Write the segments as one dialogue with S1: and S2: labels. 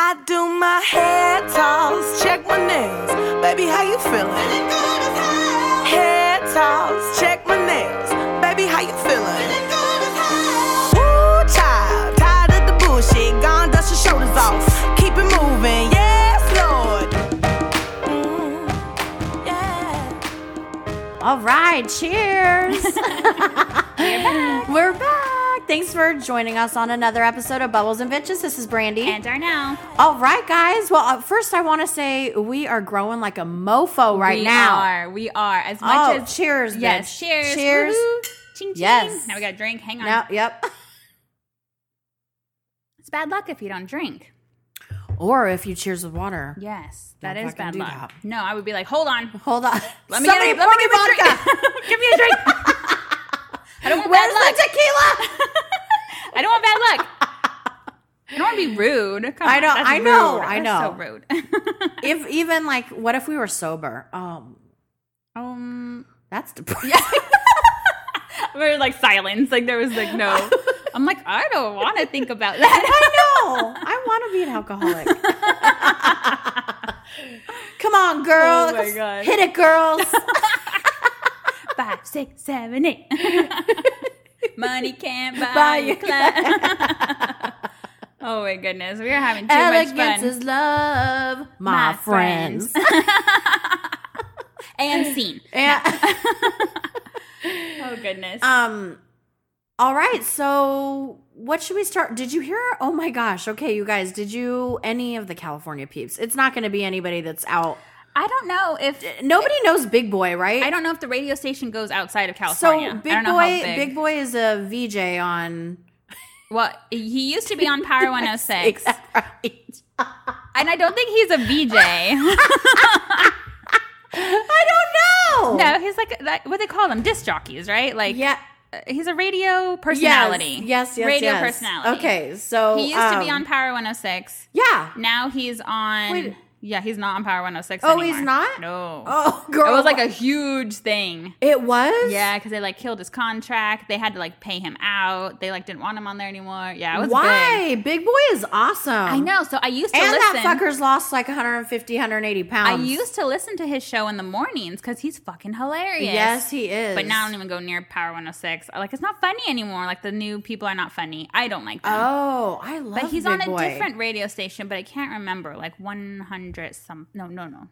S1: I do my hair toss, check my nails. Baby, how you feeling? Hair toss, check my nails. Baby, how you feeling? Woo, child, tired of the bullshit. Gone, dust your shoulders off. Keep it moving, yes, Lord. Mm, yeah.
S2: All right, cheers. We're back. Thanks for joining us on another episode of Bubbles and Bitches. This is Brandy.
S3: And Darnell.
S2: All right, guys. Well, uh, first I want to say we are growing like a mofo right
S3: we
S2: now.
S3: are. We are. As much
S2: Oh,
S3: as
S2: cheers!
S3: Yes,
S2: bitch.
S3: cheers.
S2: cheers.
S3: Woohoo. Ching ching.
S2: Yes.
S3: Now we got a drink. Hang on.
S2: Now, yep.
S3: It's bad luck if you don't drink.
S2: Or if you cheers with water,
S3: Yes. that
S2: Don't
S3: is
S2: fucking
S3: bad
S2: do
S3: luck.
S2: that.
S3: No, I would be like, hold on.
S2: hold on.
S3: Let me
S2: Somebody
S3: get a, let
S2: pour
S3: me
S2: me
S3: get me a
S2: vodka.
S3: drink. Give me a drink. I don't want
S2: Where's
S3: bad luck.
S2: the tequila?
S3: I don't want bad luck. I don't want to be rude. Come
S2: I
S3: on,
S2: know-
S3: that's
S2: I know,
S3: rude.
S2: I
S3: That's so rude.
S2: if even like, what if we were sober? Um,
S3: um,
S2: that's depressing.
S3: we're like silence. Like there was like no. I'm like I don't want to think about that.
S2: I know. I want to be an alcoholic. Come on, girls.
S3: Oh my God.
S2: Hit it, girls.
S3: Five, six, seven, eight. Money can't buy,
S2: Buy
S3: you
S2: you
S3: class. oh my goodness, we are having too much
S2: Elegance
S3: fun.
S2: is love, my,
S3: My
S2: friends.
S3: and scene.
S2: and,
S3: Oh goodness.
S2: um, all right. So, what should we start? Did you hear? Oh my gosh. Okay, you guys. Did you any of the California peeps? It's not going to be anybody that's out.
S3: I don't know if
S2: Nobody knows Big Boy, right?
S3: I don't know if the radio station goes outside of
S2: So
S3: California. I
S2: Big
S3: don't know how
S2: Boy, big. Boy is a VJ on.
S3: Well, he used to be on Power 106,
S2: Right.
S3: and I don't think he's a VJ.
S2: I don't know.
S3: no, he's like that, what they call them, disc jockeys, right? Like,
S2: Yeah.
S3: uh, he's a radio personality.
S2: Yes, yes, yes
S3: radio
S2: yes.
S3: personality.
S2: Okay, so
S3: he used to be
S2: um,
S3: on Power 106.
S2: Yeah.
S3: Now he's on.
S2: Wait.
S3: Yeah, he's not on Power 106.
S2: Oh, he's
S3: anymore.
S2: not?
S3: No.
S2: Oh, girl,
S3: It was like a huge thing.
S2: It was.
S3: Yeah, because they like killed his contract. They had to like pay him out. They like didn't want him on there anymore. Yeah, it was big.
S2: Why? Big. Boy is awesome.
S3: I know. So I used to
S2: And
S3: listen.
S2: that fucker's lost like 150, 180
S3: I
S2: pounds.
S3: used to listen to his show in the mornings because he's fucking hilarious.
S2: Yes, he is.
S3: But now I don't even go near Power 106. Like, it's not funny anymore. Like, the new people are not funny. I don't like them.
S2: Oh, I love.
S3: but he's
S2: Big
S3: on a
S2: Boy.
S3: different radio station, but I can't remember. Like, 100 some. No, no, no.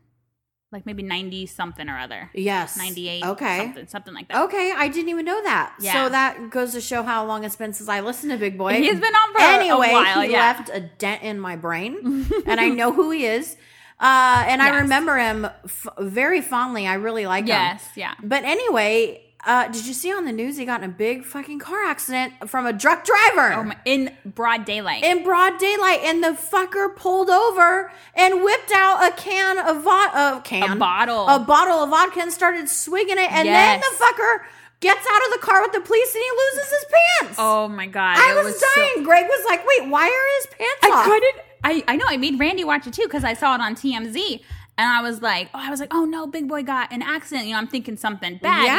S3: Like, maybe 90 something or other.
S2: Yes. Okay.
S3: 98.
S2: Oh,
S3: Something, something like that.
S2: Okay, I didn't even know that.
S3: Yeah.
S2: So that goes to show how long it's been since I listened to Big Boy.
S3: He's been on for a- a
S2: anyway,
S3: while,
S2: he
S3: yeah.
S2: left a dent in my brain, and I know who he is. Uh, and I
S3: Yes.
S2: remember him f- very fondly. I really like him.
S3: Yes, yeah.
S2: But anyway, uh, did you see on the news he got in a big fucking car accident from a drunk driver?
S3: Oh my, in broad daylight.
S2: in broad daylight, and the fucker pulled over and whipped out a can of vodka, a can,
S3: A bottle.
S2: a bottle of vodka, and started swigging it. And then
S3: Yes.
S2: the fucker gets out of the car with the police, and he loses his pants.
S3: oh my God.
S2: I
S3: it
S2: was,
S3: so-
S2: dying. Greg was like, "Wait, why are his pants
S3: I
S2: off?"
S3: couldn't. I, I know. I made Randy watch it too because I saw it on TMZ, and I was like, oh, I was like, oh no, Big Boy got an accident. You know, I'm thinking something bad. You
S2: Yeah.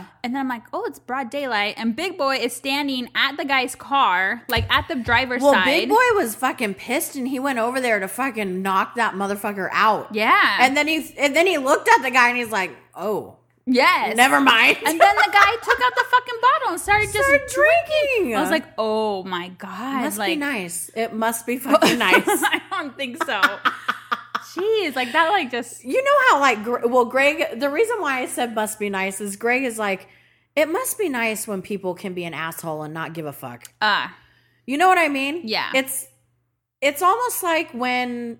S3: know? And then I'm like, oh, it's broad daylight, and Big Boy is standing at the guy's car, like at the driver's
S2: Well,
S3: side.
S2: Big Boy was fucking pissed, and he went over there to fucking knock that motherfucker out.
S3: Yeah.
S2: and then he and then he looked at the guy, and he's like, "Oh,
S3: Yes.
S2: never mind."
S3: And then the guy took out the fucking bottle and started just.
S2: started drinking.
S3: I was like, oh my god.
S2: Must
S3: like,
S2: be nice. It must be fucking nice.
S3: I don't think so. Jeez, like that, like just.
S2: You know how like Gre- well, Greg. The reason why I said must be nice is Greg is like, it must be nice when people can be an asshole and not give a fuck.
S3: Uh,
S2: You know what I mean?
S3: Yeah.
S2: It's it's almost like when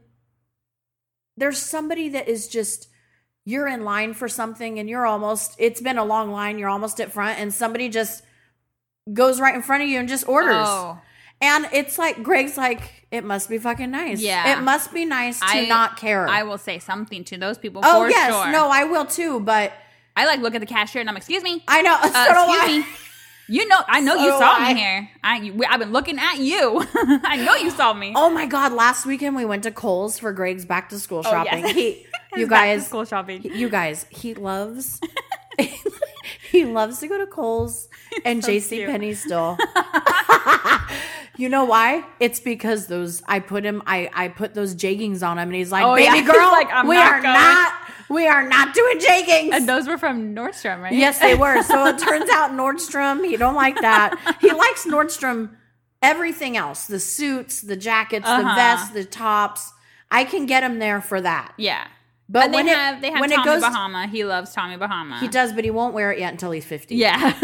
S2: there's somebody that is just you're in line for something and you're almost it's been a long line, you're almost at front, and somebody just goes right in front of you and just orders.
S3: oh.
S2: And it's like Greg's like, it must be fucking nice.
S3: Yeah.
S2: It must be nice to
S3: I-
S2: not care.
S3: I will say something to those people
S2: Oh
S3: for
S2: yes,
S3: sure.
S2: no, I will too. But
S3: I like look at the cashier and I'm excuse me.
S2: I know. So
S3: Uh,
S2: do
S3: excuse
S2: I.
S3: me. You know, I know you
S2: So
S3: saw
S2: I-
S3: me here. I you- I've been looking at you. I know you saw me.
S2: Oh my god! Last weekend we went to Kohl's for Greg's back to school
S3: Oh, yes.
S2: shopping. He, you
S3: It's back to
S2: guys,
S3: school shopping.
S2: you guys, he loves. he loves to go to Kohl's and JC Penney still. You know why? It's because those I put him I I put those jeggings on him and he's like,
S3: Oh, yeah.
S2: "Baby
S3: He's
S2: girl,
S3: like, "I'm
S2: we
S3: not
S2: are
S3: going."
S2: not we are not doing jeggings."
S3: And Uh, those were from Nordstrom, right?
S2: Yes, they were. So it turns out Nordstrom, he don't like that. He likes Nordstrom everything else. The suits, the jackets, the
S3: Uh-huh.
S2: vests, the tops. I can get him there for that.
S3: Yeah.
S2: But
S3: and they
S2: when
S3: have
S2: it,
S3: they have
S2: when
S3: Tommy
S2: it goes
S3: Bahama. He loves Tommy Bahama.
S2: he does, but he won't wear it yet until he's 50.
S3: Yeah.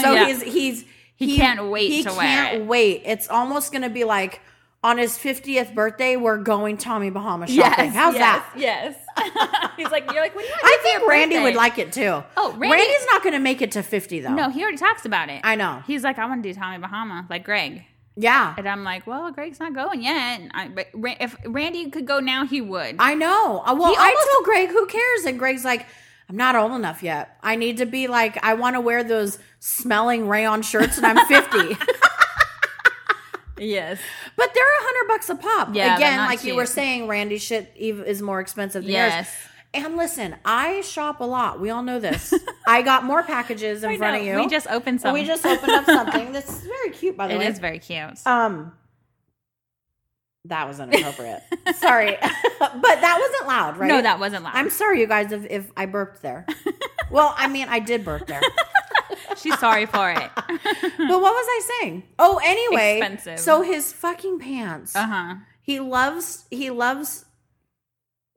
S2: So
S3: Yeah.
S2: he's he's
S3: He can't wait to wear
S2: can't
S3: it.
S2: wait. It's almost gonna be like on his 50th birthday, we're going Tommy Bahama shopping. How's that?
S3: Yes. yes. he's like, you're like, when you have
S2: I
S3: your
S2: think Randy
S3: birthday?"
S2: would like it too.
S3: Oh, Randy-
S2: Randy's not gonna make it to 50 though.
S3: No, he already talks about it.
S2: I know.
S3: He's like, I want to do Tommy Bahama, like Greg.
S2: Yeah.
S3: And I'm like, well, Greg's not going yet. And I, but Ra- if Randy could go now, he would.
S2: I know. Uh, Well,
S3: He
S2: I
S3: almost-
S2: told Greg, who cares? And Greg's like, I'm not old enough yet. I need to be like, I want to wear those smelling rayon shirts and I'm 50.
S3: yes.
S2: but they're a hundred bucks a pop.
S3: Yeah, they're
S2: Again,
S3: not
S2: like you were
S3: cheap.
S2: saying, Randy's shit ev- is more expensive than
S3: Yes.
S2: yours. And listen, I shop a lot. We all know this. I got more packages in
S3: I
S2: front
S3: know.
S2: of you.
S3: We just opened something.
S2: we just opened up something that's very cute, by the
S3: It
S2: way.
S3: is very cute.
S2: Um, that was inappropriate. sorry, but that wasn't loud, right?
S3: No, that wasn't loud.
S2: I'm sorry, you guys, if, if I burped there. well, I mean, I did burp there.
S3: She's sorry for it.
S2: But what was I saying? Oh, anyway.
S3: Expensive.
S2: So his fucking pants.
S3: Uh huh.
S2: He loves. He loves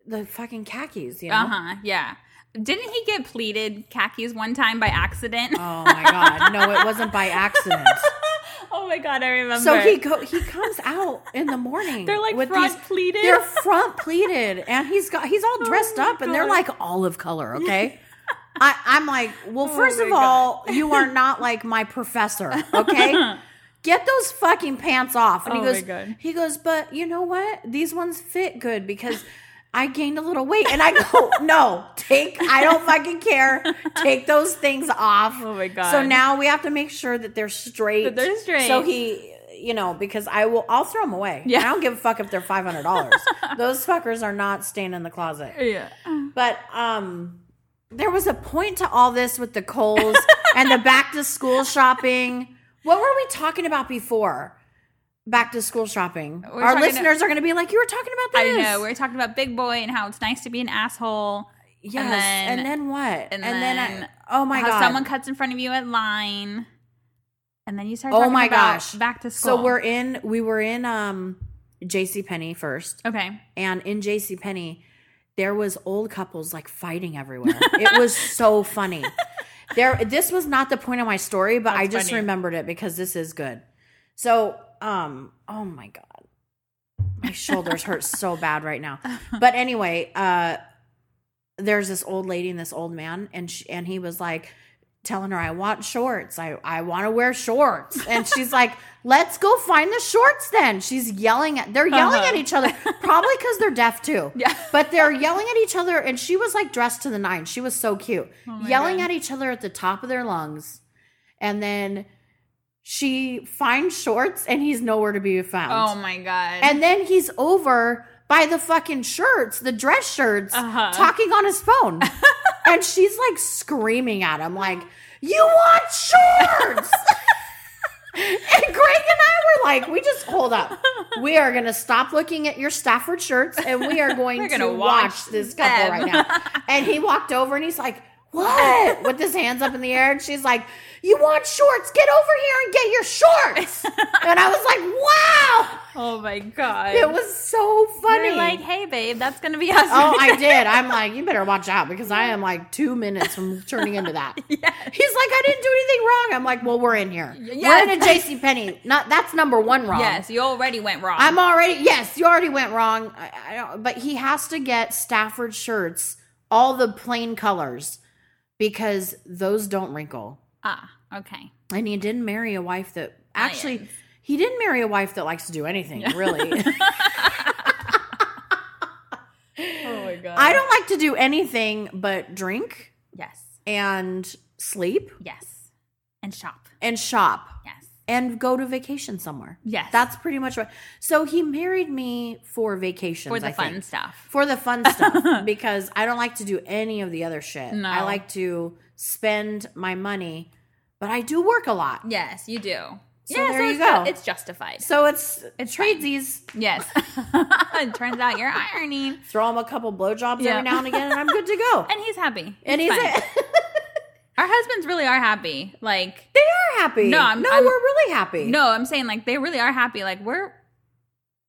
S2: the fucking khakis. You know.
S3: Uh huh. Yeah. Didn't he get pleated khakis one time by accident?
S2: Oh my god! No, it wasn't by accident.
S3: oh my god, I remember.
S2: so he go, he comes out in the morning.
S3: They're like front pleated. Oh
S2: They're front pleated, and he's got he's all dressed
S3: my
S2: up, and they're
S3: God.
S2: like olive color. Okay, I, I'm like, well, first of
S3: Oh my
S2: all, you are not like my professor. Okay, get those fucking pants off. And he
S3: Oh my
S2: goes,
S3: God.
S2: he goes, but you know what? These ones fit good because. I gained a little weight and I go, no, take, I don't fucking care. Take those things off.
S3: Oh my God.
S2: So now we have to make sure that they're straight.
S3: That they're straight.
S2: So he, you know, because I will, I'll throw them away.
S3: Yeah.
S2: I don't give a fuck if they're five hundred dollars. Those fuckers are not staying in the closet.
S3: Yeah.
S2: But um, there was a point to all this with the Coles and the back to school shopping. What were we talking about before? Back to school shopping.
S3: We're
S2: Our
S3: talking-
S2: listeners are going to be like, "You were talking about
S3: I
S2: this."
S3: know. We are talking about Big Boy and how it's nice to be an
S2: Oh
S3: asshole.
S2: yes. And then,
S3: then-
S2: what?
S3: and then
S2: I, oh my
S3: how
S2: god!
S3: someone cuts in front of you at line. And then you start
S2: Oh
S3: talking
S2: my
S3: about
S2: gosh.
S3: back to school.
S2: so we're in. We were in um, J.C. Penney first.
S3: Okay.
S2: and in JC Penney, there was old couples like fighting everywhere. it was so funny. There this was not the point of my story, but I
S3: That's
S2: just
S3: funny.
S2: remembered it because this is good. So, um, oh my god. My shoulders hurt so bad right now. But anyway, uh there's this old lady and this old man and she, and he was like telling her I want shorts. I I want to wear shorts. And she's like, "Let's go find the shorts then." She's yelling at they're yelling
S3: Uh-huh.
S2: at each other probably cuz they're deaf too.
S3: Yeah.
S2: But they're yelling at each other and she was like dressed to the nine. She was so cute.
S3: Oh my
S2: yelling
S3: God.
S2: at each other at the top of their lungs. And then she finds shorts and he's nowhere to be found.
S3: Oh my god.
S2: And then he's over by the fucking shirts, the dress shirts,
S3: Uh-huh.
S2: talking on his phone. and she's like screaming at him, like, You want shorts? and Greg and I were like, We just hold up. We are going to stop looking at your Stafford shirts and we are going
S3: We're
S2: to
S3: gonna
S2: watch
S3: watch
S2: this couple
S3: them."
S2: right now. And he walked over and he's like, what? With his hands up in the air, and she's like, "You want shorts? Get over here and get your shorts." and I was like, "Wow,
S3: oh my god.
S2: it was so funny.
S3: You're like, hey babe, that's gonna be us.
S2: oh, I did. I'm like, you better watch out because I am like two minutes from turning into that. He's like, I didn't do anything wrong. I'm like, well, we're in here. We're in a JC Penney. Not that's number one wrong.
S3: Yes, you already went wrong.
S2: I'm already yes, you already went wrong. I, I don't, but he has to get Stafford shirts, all the plain colors, because those don't wrinkle.
S3: ah, okay.
S2: And he didn't marry a wife that actually
S3: Lions.
S2: he didn't marry a wife that likes to do anything, really.
S3: Oh my god.
S2: I don't like to do anything but drink
S3: Yes.
S2: and sleep
S3: Yes. And shop.
S2: and shop
S3: Yes.
S2: and go to vacation somewhere.
S3: Yes.
S2: That's pretty much what. So he married me for vacations.
S3: for the
S2: I
S3: fun
S2: think.
S3: stuff.
S2: For the fun stuff because I don't like to do any of the other shit.
S3: No.
S2: I like to spend my money, but I do work a lot.
S3: Yes, you do.
S2: So there you
S3: it's
S2: go.
S3: ju- it's justified.
S2: so it's it's
S3: It's
S2: tradesies.
S3: Yes. it turns out you're ironing.
S2: Throw him a couple blowjobs
S3: Yeah.
S2: every now and again, and I'm good to go.
S3: And he's happy.
S2: and he's
S3: fine.
S2: they
S3: Our husbands really are happy. Like,
S2: are happy.
S3: No, I'm-
S2: no,
S3: I'm-
S2: we're really happy.
S3: no, I'm saying like they really are happy. Like we're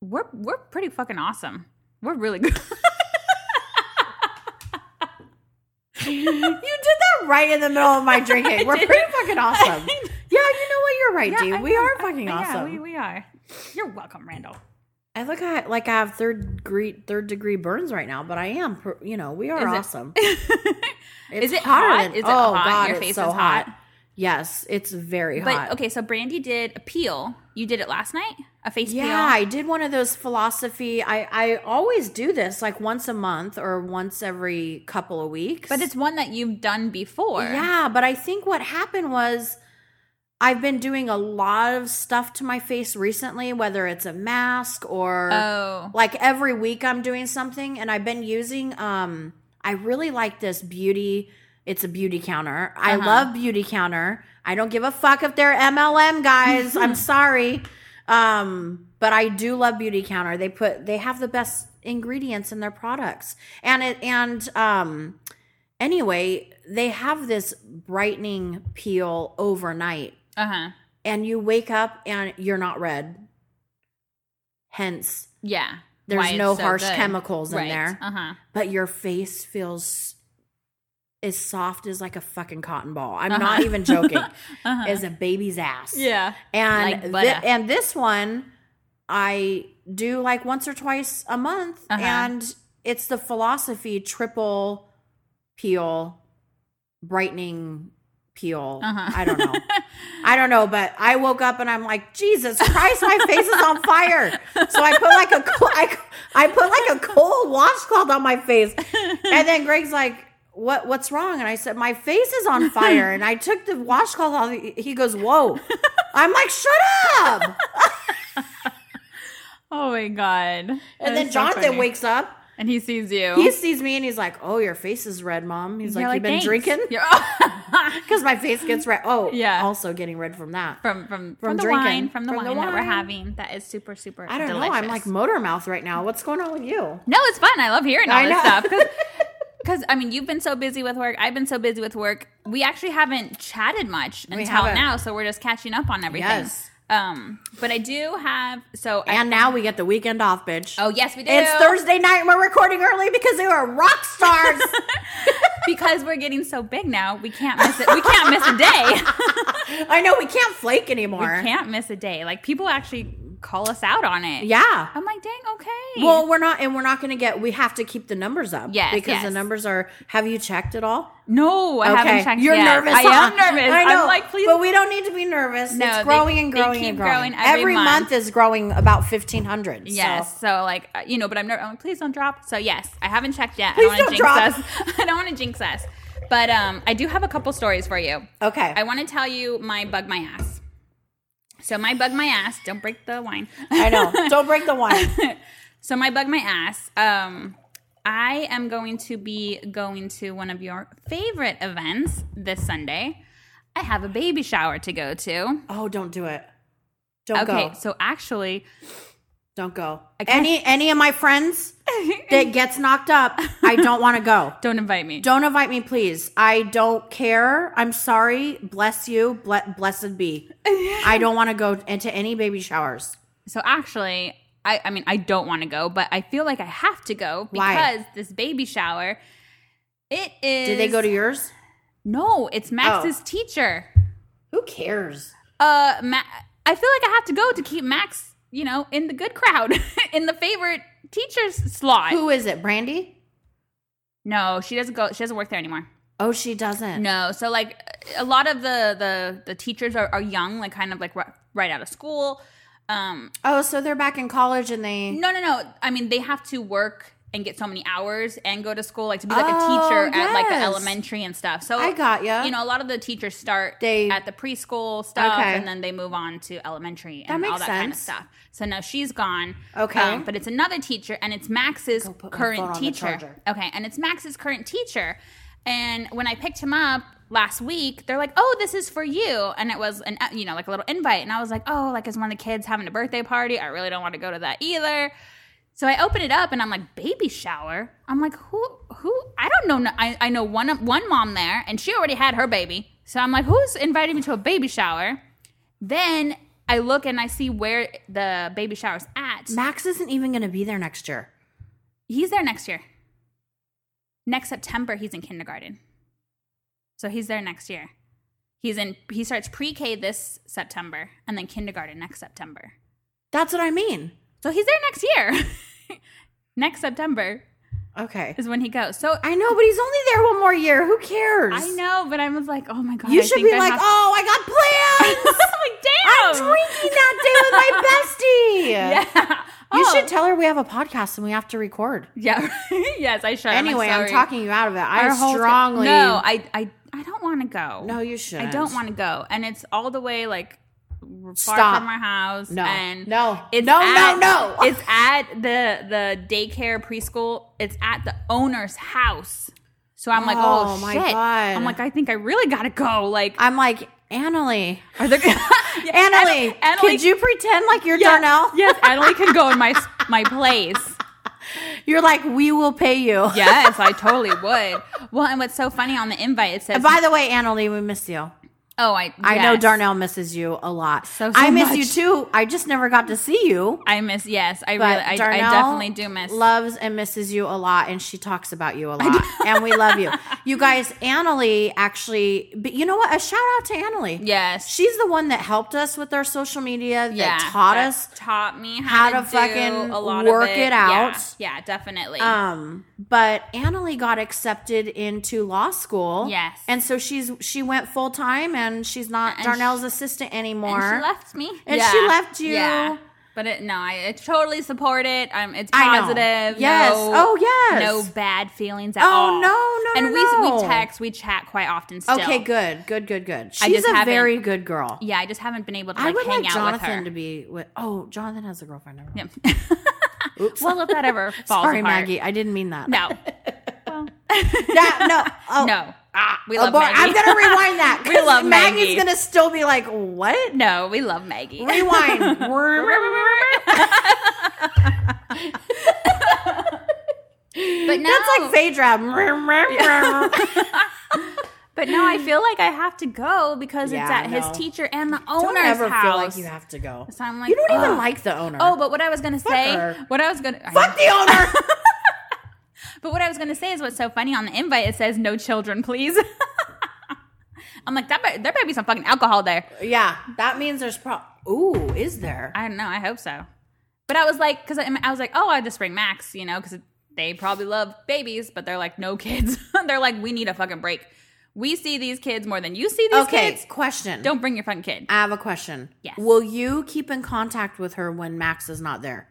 S3: we're we're pretty fucking awesome. We're really good.
S2: you did that right in the middle of my drinking. We're
S3: did.
S2: pretty fucking awesome. Yeah, you know what? You're right,
S3: Yeah,
S2: dude.
S3: I
S2: We
S3: know.
S2: are fucking
S3: Yeah,
S2: awesome.
S3: we, we are. You're welcome, Randall.
S2: I look at like I have third degree third degree burns right now, but I am. per- You know, we are
S3: Is it-
S2: awesome. It's
S3: Is it
S2: hotter
S3: hot?
S2: than-
S3: Is it
S2: oh,
S3: hot?
S2: God,
S3: Your
S2: it's
S3: face
S2: so
S3: is hot.
S2: Yes, it's very
S3: But
S2: hot.
S3: okay, so Brandy did a peel. You did it last night? A face
S2: Yeah,
S3: peel.
S2: I did one of those philosophy. I I always do this like once a month or once every couple of weeks.
S3: But it's one that you've done before.
S2: Yeah, but I think what happened was I've been doing a lot of stuff to my face recently, whether it's a mask or
S3: Oh.
S2: like every week I'm doing something and I've been using um I really like this beauty it's a beauty counter. I
S3: Uh-huh.
S2: love beauty counter. I don't give a fuck if they're MLM guys. I'm sorry. Um but I do love beauty counter. They put they have the best ingredients in their products. And it and um anyway, they have this brightening peel overnight
S3: Uh huh.
S2: and you wake up and you're not red. Hence
S3: Yeah.
S2: there's
S3: Why it's
S2: no
S3: so
S2: harsh
S3: good.
S2: chemicals in
S3: Right.
S2: there,
S3: Uh huh.
S2: but your face feels as soft as like a fucking cotton ball. I'm
S3: Uh-huh.
S2: not even joking.
S3: Uh-huh.
S2: as a baby's ass.
S3: yeah. Like
S2: And
S3: butter.
S2: thi- and this one I do like once or twice a month
S3: Uh-huh.
S2: and it's the philosophy triple peel brightening peel.
S3: Uh-huh.
S2: I don't know. I don't know, but I woke up and I'm like, Jesus Christ, my face is on fire. So I put like a co- I, I put like a cold washcloth on my face, and then Greg's like, "What? What's wrong?" And I said, "My face is on fire." And I took the washcloth off. He goes, "Whoa!" I'm like, "Shut up!"
S3: oh my god. That
S2: And then
S3: is so
S2: Jonathan
S3: funny.
S2: wakes up.
S3: and he sees you.
S2: He sees me and he's like, "Oh, your face is red, mom." He's
S3: You're
S2: like, "You've been
S3: "Thanks." oh,
S2: drinking."
S3: You're-
S2: Because my face gets red. Oh,
S3: Yeah.
S2: Also getting red from that.
S3: from
S2: From
S3: from from the
S2: drinking.
S3: wine from the,
S2: From
S3: wine,
S2: the
S3: that we're
S2: wine.
S3: having. That is super super.
S2: I don't
S3: delicious.
S2: know. I'm like motor mouth right now. What's going on with you?
S3: no, it's fun. I love hearing all
S2: I
S3: this
S2: know.
S3: stuff. 'Cause- Because I mean, you've been so busy with work. I've been so busy with work. We actually haven't chatted much until
S2: haven't.
S3: now, so we're just catching up on everything.
S2: Yes.
S3: Um, but I do have so. I,
S2: And now we get the weekend off, bitch.
S3: oh yes, we do.
S2: It's Thursday night and we're recording early because they were rock stars.
S3: because we're getting so big now. We can't miss it. We can't miss a day.
S2: I know we can't flake anymore.
S3: we can't miss a day. Like people actually call us out on it.
S2: Yeah.
S3: I'm like, dang, okay.
S2: Well, we're not, and we're not going to get. We have to keep the numbers up,
S3: Yes,
S2: because the
S3: yes.
S2: numbers are. Have you checked at all?
S3: no, I haven't checked.
S2: You're
S3: yet.
S2: nervous.
S3: I am
S2: huh?
S3: nervous.
S2: I know,
S3: am like, please.
S2: but we don't need to be nervous.
S3: No,
S2: it's
S3: they-
S2: growing and
S3: they
S2: growing
S3: keep
S2: and growing.
S3: growing every
S2: month.
S3: month.
S2: is growing about fifteen hundred.
S3: Yes. So, like, uh, you know, but I'm, ner- I'm like, please don't drop. So, yes, I haven't checked yet.
S2: Please
S3: I don't
S2: don't
S3: want to jinx us. I don't want to jinx us. But um, I do have a couple stories for you.
S2: Okay.
S3: I want to tell you my bug my ass. So, my bug my ass, don't break the wine.
S2: I know. Don't break the wine.
S3: so, my bug my ass, um, I am going to be going to one of your favorite events this Sunday. I have a baby shower to go to.
S2: Oh, don't do it. Don't
S3: Okay,
S2: go.
S3: so actually,
S2: Don't go.
S3: can't-
S2: Any any of my friends that gets knocked up, I don't want to go.
S3: don't invite me.
S2: Don't invite me, please. I don't care. I'm sorry. Bless you. Ble- blessed be. I don't want to go into any baby showers.
S3: So actually, I, I mean, I don't want to go, but I feel like I have to go
S2: Why?
S3: because this baby shower, it is.
S2: Did they go to Oh. yours?
S3: No, it's Max's teacher.
S2: Who cares?
S3: Uh, Ma- I feel like I have to go to keep Max, you know, in the good crowd, in the favorite teacher's slot.
S2: Who is it? Brandy?
S3: No, she doesn't go. She doesn't work there anymore.
S2: Oh, she doesn't.
S3: No, so like a lot of the the the teachers are, are young, like kind of like ri- right out of school. Um,
S2: Oh, so they're back in college and they.
S3: No, no, no. I mean, they have to work and get so many hours and go to school, like to be like a teacher
S2: Oh,
S3: at like the
S2: yes.
S3: elementary and stuff. So
S2: I got ya.
S3: You know, a lot of the teachers start
S2: They-
S3: at the preschool stuff
S2: Okay.
S3: and then they move on to elementary and
S2: makes
S3: all that kind of
S2: sense.
S3: stuff. So now she's gone. Um,
S2: Okay.
S3: but it's another teacher and it's Max's
S2: put my phone
S3: current
S2: on the
S3: teacher.
S2: charger.
S3: Okay, and it's Max's current teacher. And when I picked him up, last week they're like oh this is for you and it was an uh, you know like a little invite and i was like oh like is one of the kids having a birthday party i really don't want to go to that either so i open it up and i'm like baby shower i'm like who who i don't know i, I know one one mom there and she already had her baby so i'm like who's inviting me to a baby shower then i look and i see where the baby shower's at
S2: Max isn't even going to be there next year.
S3: He's there next year. Next September, he's in kindergarten. So he's there next year. He's in he starts pre-K this September and then kindergarten next September.
S2: That's what I mean.
S3: So he's there next year. next September
S2: Okay.
S3: is when he goes. So I,
S2: I know, but he's only there one more year. Who cares?
S3: know, but I was like, oh my god.
S2: You
S3: I
S2: should
S3: think
S2: be
S3: I
S2: like,
S3: have-
S2: oh, I got plans.
S3: I'm like,
S2: I'm
S3: damn.
S2: drinking that day with my bestie.
S3: Yeah.
S2: You
S3: Oh.
S2: should tell her we have a podcast and we have to record.
S3: Yeah. yes, I should.
S2: anyway,
S3: I'm,
S2: I'm,
S3: sorry.
S2: talking you out of it. I
S3: Our whole-
S2: strongly
S3: No, I I I don't want to go.
S2: No, you
S3: I
S2: shouldn't.
S3: don't want to go. And it's all the way like far
S2: Stop.
S3: from our house.
S2: No.
S3: And
S2: No.
S3: It's
S2: No, no,
S3: at-
S2: no.
S3: It's at the the daycare preschool. It's at the owner's house. So I'm like, oh,
S2: Oh, my
S3: shit.
S2: God.
S3: I'm like, I think I really gotta go. Like,
S2: I'm like, Annalie.
S3: are there?
S2: Annalie, could you pretend like you're Darnell?
S3: Yes, Annalie can go in my s- my place.
S2: You're like, we will pay you.
S3: Yes, I totally would. Well, and what's so funny on the invite? It says,
S2: And by the way, Annalie, we miss you.
S3: "Oh, I
S2: I know
S3: yes.
S2: Darnell misses you a lot.
S3: So, so
S2: I miss
S3: much.
S2: you too. I just never got to see you.
S3: I miss. Yes, I really,
S2: But
S3: I, I
S2: Darnell
S3: definitely do miss.
S2: loves and misses you a lot, and she talks about you a lot, and we love you. You guys, Annalie actually, but you know what? A shout out to Annalie.
S3: Yes.
S2: she's the one that helped us with our social media. That
S3: yeah,
S2: taught
S3: that
S2: us.
S3: taught me
S2: how
S3: how,
S2: to
S3: do
S2: fucking
S3: a lot
S2: work
S3: of
S2: it out.
S3: Yeah, yeah, definitely.
S2: Um, but Annalie got accepted into law school.
S3: Yes.
S2: and so she's she went full time, and she's not
S3: And
S2: Darnell's assistant anymore.
S3: and she left me,
S2: And she left you.
S3: Yeah. But it, no, I, I totally support it. Um, it's
S2: I know.
S3: positive.
S2: Yes.
S3: No,
S2: Oh, yes.
S3: No bad feelings at
S2: Oh,
S3: all.
S2: no, no,
S3: And
S2: no,
S3: we
S2: no.
S3: we text, we chat quite often. Still.
S2: Okay, good, good, good, good.
S3: I
S2: She's
S3: just
S2: a
S3: haven't-
S2: very good girl.
S3: Yeah, I just haven't been able to
S2: I
S3: like
S2: would
S3: hang
S2: like
S3: out with
S2: Jonathan
S3: her.
S2: to be with. Oh, Jonathan has a girlfriend. Never mind.
S3: Yeah. well, if that ever falls
S2: Sorry,
S3: apart.
S2: Maggie. I didn't mean that.
S3: No,
S2: Yeah, no. Oh,
S3: no. Ah, we love
S2: abort.
S3: Maggie.
S2: I'm gonna rewind that.
S3: We
S2: 'cause
S3: love
S2: Maggie's
S3: Maggie.
S2: gonna still be like, what?
S3: no, we love Maggie.
S2: Rewind.
S3: But no,
S2: That's like Phaedra.
S3: But no, I feel like I have to go because it's
S2: Yeah,
S3: at his
S2: no.
S3: teacher and the owner's
S2: Don't ever
S3: house.
S2: feel like you have to go.
S3: so I'm like,
S2: You don't even
S3: ugh.
S2: like the owner.
S3: Oh, but what I was gonna say,
S2: her.
S3: what I was gonna, I know.
S2: fuck the owner.
S3: but what I was gonna say is what's so funny on the invite. It says no children, please. I'm like that. be- There better be some fucking alcohol there.
S2: yeah, that means there's pro. Ooh, is there?
S3: I don't know. I hope so. But I was like, because I, I was like, oh, I just bring Max, you know, because they probably love babies, but they're like, no kids. they're like, we need a fucking break. We see these kids more than you see these
S2: okay,
S3: kids.
S2: question.
S3: Don't bring your fucking kid.
S2: I have a question.
S3: Yes.
S2: Will you keep in contact with her when Max is not there?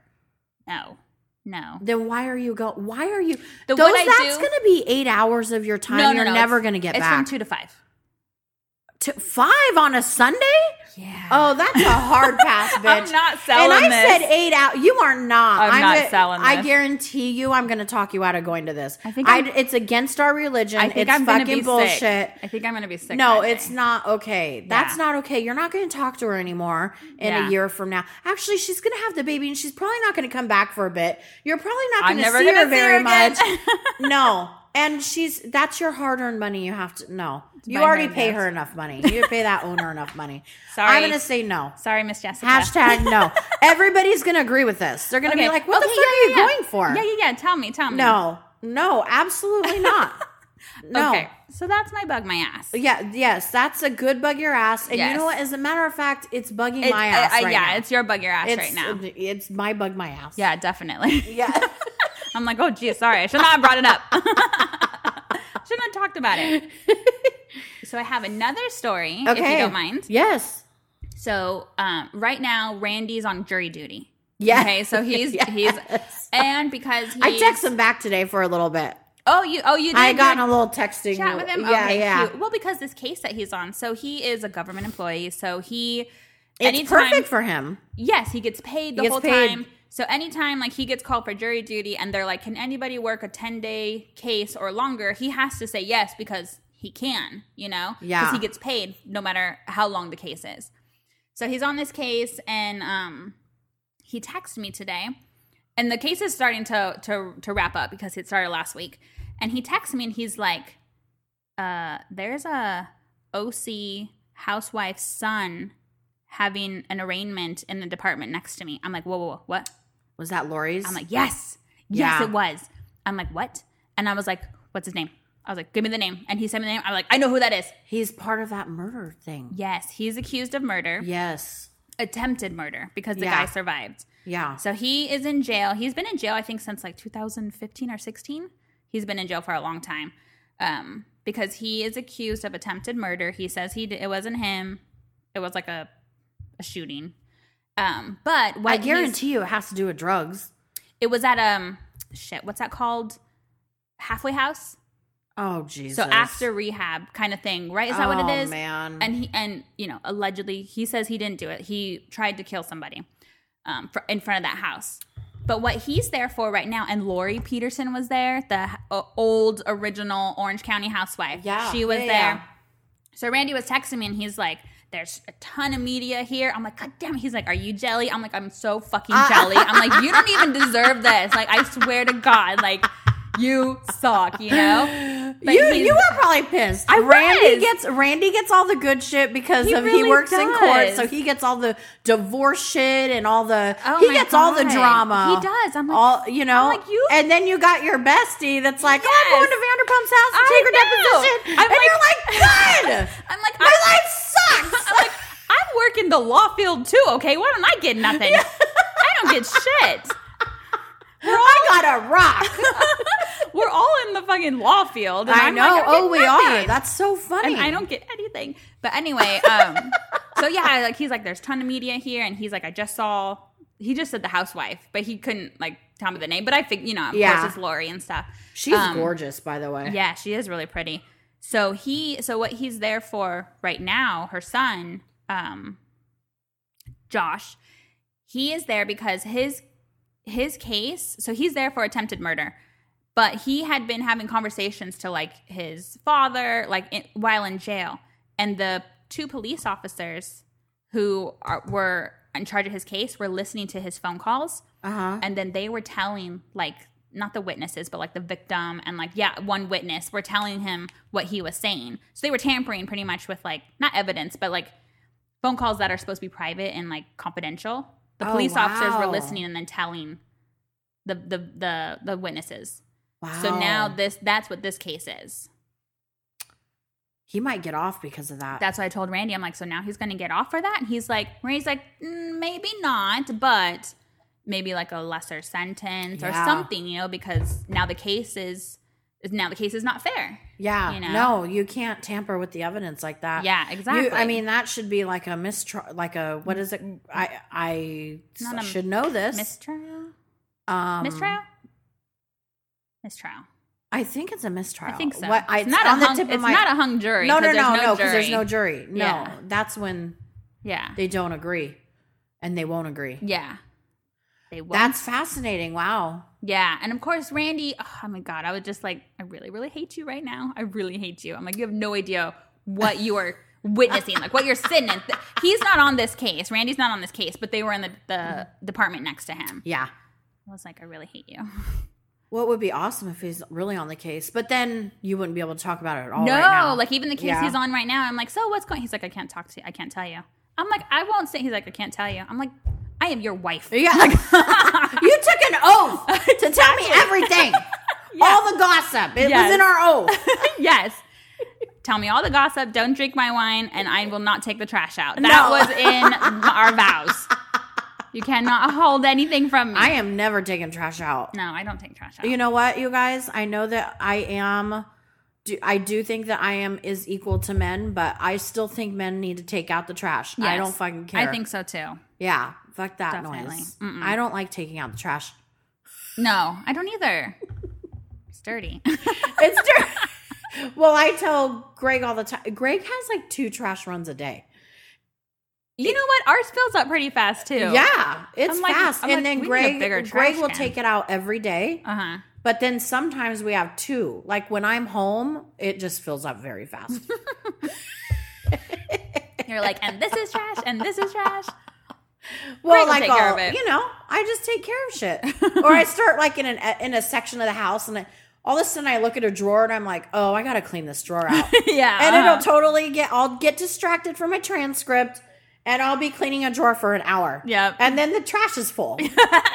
S3: No, no.
S2: Then why are you go? Why are you?
S3: The-
S2: those
S3: what I
S2: that's
S3: do-
S2: going to be eight hours of your time. You're never
S3: it's-
S2: going to get
S3: it's
S2: back.
S3: from two to five.
S2: to five on a Sunday.
S3: Yeah.
S2: Oh, that's a hard pass, bitch.
S3: I'm not selling
S2: And I
S3: this.
S2: said eight out. You are not.
S3: I'm not
S2: gonna-
S3: selling
S2: I
S3: this.
S2: guarantee you, I'm going to talk you out of going to this.
S3: I think
S2: I,
S3: I'm-
S2: it's against our religion.
S3: I think
S2: it's
S3: I'm gonna
S2: fucking
S3: be
S2: bullshit.
S3: sick. I think I'm gonna be sick.
S2: No,
S3: that
S2: it's
S3: day.
S2: not okay. That's
S3: Yeah.
S2: not okay. You're not going to talk to her anymore in
S3: Yeah.
S2: a year from now. Actually, she's going to have the baby and she's probably not going to come back for a bit. You're probably not going
S3: I'm
S2: to
S3: never
S2: see
S3: gonna
S2: her
S3: see
S2: very
S3: her again.
S2: much. no. And she's that's your hard-earned money you have to no. You
S3: buy her
S2: already
S3: a
S2: pay
S3: gift.
S2: her enough money. You pay that owner enough money.
S3: Sorry.
S2: I'm going to say no.
S3: Sorry, Miss Jessica.
S2: Hashtag no. Everybody's going to agree with this. They're going to
S3: Okay.
S2: be like, "What the
S3: Okay,
S2: fuck
S3: yeah,
S2: are you
S3: yeah, yeah.
S2: going for?"
S3: Yeah, yeah, yeah. Tell me, tell me.
S2: No. No, absolutely not. No.
S3: Okay. So that's my bug my ass.
S2: Yeah, yes, that's a good bug your ass. And you
S3: Yes.
S2: know what? As a matter of fact, it's bugging
S3: It-
S2: my
S3: I-
S2: ass
S3: I-
S2: right
S3: yeah,
S2: now.
S3: it's your bug your ass right now.
S2: It's my bug my ass.
S3: yeah, definitely.
S2: yeah.
S3: I'm like, oh, geez, sorry. I should not have brought it up. Shouldn't have talked about it. So I have another story, if you
S2: Okay.
S3: don't mind.
S2: Yes.
S3: So um, right now, Randy's on jury duty.
S2: Yeah.
S3: Okay, so he's he's and because he,
S2: I text him back today for a little bit.
S3: Oh, you oh you did
S2: I got in
S3: you
S2: a little texting
S3: chat with him.
S2: Yeah,
S3: okay,
S2: yeah.
S3: cute. Well, because this case that he's on, so he is a government employee, so he
S2: It's
S3: anytime
S2: perfect for him.
S3: yes he gets paid the
S2: He gets
S3: whole
S2: paid.
S3: time. So anytime like he gets called for jury duty and they're like, can anybody work a ten day case or longer? He has to say yes because he can, you know?
S2: Yeah.
S3: he gets paid no matter how long the case is. So he's on this case and um he texted me today and the case is starting to to to wrap up because it started last week. And he texts me and he's like, uh, there's a OC housewife's son having an arraignment in the department next to me. I'm like, whoa, whoa, whoa, what?
S2: Was that Lori's?
S3: I'm like, yes, yes,
S2: Yeah.
S3: it was. I'm like, what? And I was like, what's his name? I was like, give me the name. And he sent me the name. I'm like, I know who that is.
S2: he's part of that murder thing.
S3: Yes, he's accused of murder,
S2: Yes.
S3: attempted murder, because the
S2: Yeah.
S3: guy survived.
S2: Yeah.
S3: So he is in jail. He's been in jail, I think, since like 2015 or 16. He's been in jail for a long time um, because he is accused of attempted murder. He says he d- it wasn't him. It was like a, a shooting. Um, but what
S2: I
S3: he's-
S2: guarantee you it has to do with drugs.
S3: it was at um shit. What's that called? Halfway house.
S2: Oh Jesus.
S3: So after rehab, kind of thing, right? Is that what
S2: Oh,
S3: it is?
S2: man.
S3: And he and you know allegedly he says he didn't do it. He tried to kill somebody um, fr- in front of that house. But what he's there for right now, and Lori Peterson was there, the uh, old original Orange County housewife.
S2: Yeah,
S3: she was
S2: yeah,
S3: there.
S2: yeah.
S3: So Randy was texting me, and he's like. There's a ton of media here. I'm like, God damn it. He's like, Are you jelly? I'm like, I'm so fucking
S2: Ah.
S3: jelly. I'm like, You don't even deserve this. Like, I swear to God, like, you suck, you know? But
S2: you
S3: he's-
S2: you were probably pissed.
S3: I
S2: Randy
S3: was.
S2: gets Randy gets all the good shit because
S3: He
S2: of he
S3: really
S2: works in court,
S3: does.
S2: so he gets all the divorce shit and all the
S3: Oh
S2: he
S3: my
S2: gets all the
S3: God.
S2: drama.
S3: He does. I'm like,
S2: all you know.
S3: like, you-
S2: and then you got your bestie that's like, oh, I'm
S3: Yes.
S2: going to Vanderpump's house to
S3: I
S2: take her
S3: know.
S2: deposition,
S3: I'm
S2: and you're like, good.
S3: I'm like,
S2: My
S3: I-
S2: life sucks.
S3: I'm like, I'm working the law field too, okay? Why don't I get nothing? I don't get shit.
S2: I got a rock.
S3: We're all in the fucking law field. and
S2: I
S3: I'm
S2: know.
S3: like, I
S2: oh,
S3: get
S2: we
S3: nothing.
S2: are. That's so funny.
S3: And I don't get anything. But anyway, um, so yeah, like he's like, there's ton of media here, and he's like, I just saw. He just said the housewife, but he couldn't like tell me the name. But I think you know, of
S2: Yeah.
S3: course, it's Lori and stuff.
S2: She's
S3: Um,
S2: gorgeous, by the way.
S3: Yeah, she is really pretty. So he, so what he's there for right now, her son, um, Josh, he is there because his his case. So he's there for attempted murder, but he had been having conversations to like his father, like in, while in jail, and the two police officers who are, were in charge of his case were listening to his phone calls
S2: Uh huh.
S3: and then they were telling like not the witnesses but like the victim and like yeah one witness were telling him what he was saying so they were tampering pretty much with like not evidence but like phone calls that are supposed to be private and like confidential the
S2: Oh,
S3: police officers were
S2: wow.
S3: listening and then telling the the the, the witnesses
S2: Wow.
S3: so now this that's what this case is
S2: he might get off because of that.
S3: that's what i told randy i'm like so now he's gonna get off for that and he's like randy's like "Mm, maybe not but maybe like a lesser sentence or
S2: Yeah.
S3: something, you know, because now the case is is- now the case is not fair.
S2: yeah.
S3: you know?
S2: No, you can't tamper with the evidence like that.
S3: Yeah, exactly.
S2: You, I mean, that should be like a mistrial, like a what is it? I I
S3: Not a
S2: should know this.
S3: mistrial,
S2: um,
S3: mistrial, mistrial.
S2: I think it's a mistrial.
S3: I think so.
S2: What, I,
S3: it's not
S2: on
S3: a
S2: the
S3: hung,
S2: tip of
S3: it's
S2: my-
S3: not a hung jury.
S2: No,
S3: 'cause
S2: no,
S3: there's
S2: no, no,
S3: jury.
S2: because there's no jury. No,
S3: Yeah.
S2: that's when
S3: Yeah,
S2: they don't agree, and they won't agree.
S3: yeah. They will.
S2: That's fascinating. Wow.
S3: yeah, and of course, Randy. Oh my God, I was just like, I really, really hate you right now. I really hate you. I'm like, you have no idea what you are witnessing, like what you're sitting in. He's not on this case. Randy's not on this case, but they were in the, the department next to him.
S2: Yeah.
S3: I was like, I really hate you.
S2: Oh, Well, it would be awesome if he's really on the case, but then you wouldn't be able to talk about it at all.
S3: no,
S2: right now.
S3: like even the case
S2: Yeah.
S3: he's on right now, I'm like, so what's going? He's like, I can't talk to you. I can't tell you. I'm like, I won't say. He's like, I can't tell you. I'm like, I am your wife.
S2: yeah, like, you took an oath to tell me everything, all the gossip. It
S3: Yes.
S2: was in our oath.
S3: yes. Tell me all the gossip. Don't drink my wine, and I will not take the trash out. That
S2: No.
S3: was in our vows. You cannot hold anything from me.
S2: I am never taking trash out.
S3: no, I don't take trash out.
S2: You know what, you guys? I know that I am. Do, I do think that I am is equal to men, but I still think men need to take out the trash. I
S3: Yes.
S2: don't fucking care.
S3: I think so too.
S2: yeah, fuck that
S3: Definitely.
S2: noise.
S3: Mm-mm.
S2: I don't like taking out the trash.
S3: No, I don't either. It's dirty.
S2: It's dirt. well, I tell Greg all the time. Greg has like two trash runs a day.
S3: you know what? Ours fills up pretty fast too.
S2: Yeah, it's
S3: I'm like-
S2: fast.
S3: I'm
S2: and
S3: like,
S2: then
S3: we need a
S2: Greg,
S3: bigger
S2: Greg
S3: trash
S2: will
S3: can.
S2: take it out every day,
S3: Uh huh.
S2: But then sometimes we have two. Like when I'm home, it just fills up very fast.
S3: You're like, and this is trash, and this is trash.
S2: well,
S3: Greg will
S2: like
S3: take care
S2: all,
S3: of it.
S2: you know, I just take care of shit. or I start like in an in a section of the house, and I, all of a sudden I look at a drawer and I'm like, oh, I gotta clean this drawer out.
S3: yeah.
S2: and
S3: uh-huh.
S2: it'll totally get I'll get distracted from my transcript and I'll be cleaning a drawer for an hour.
S3: Yep.
S2: And then the trash is full.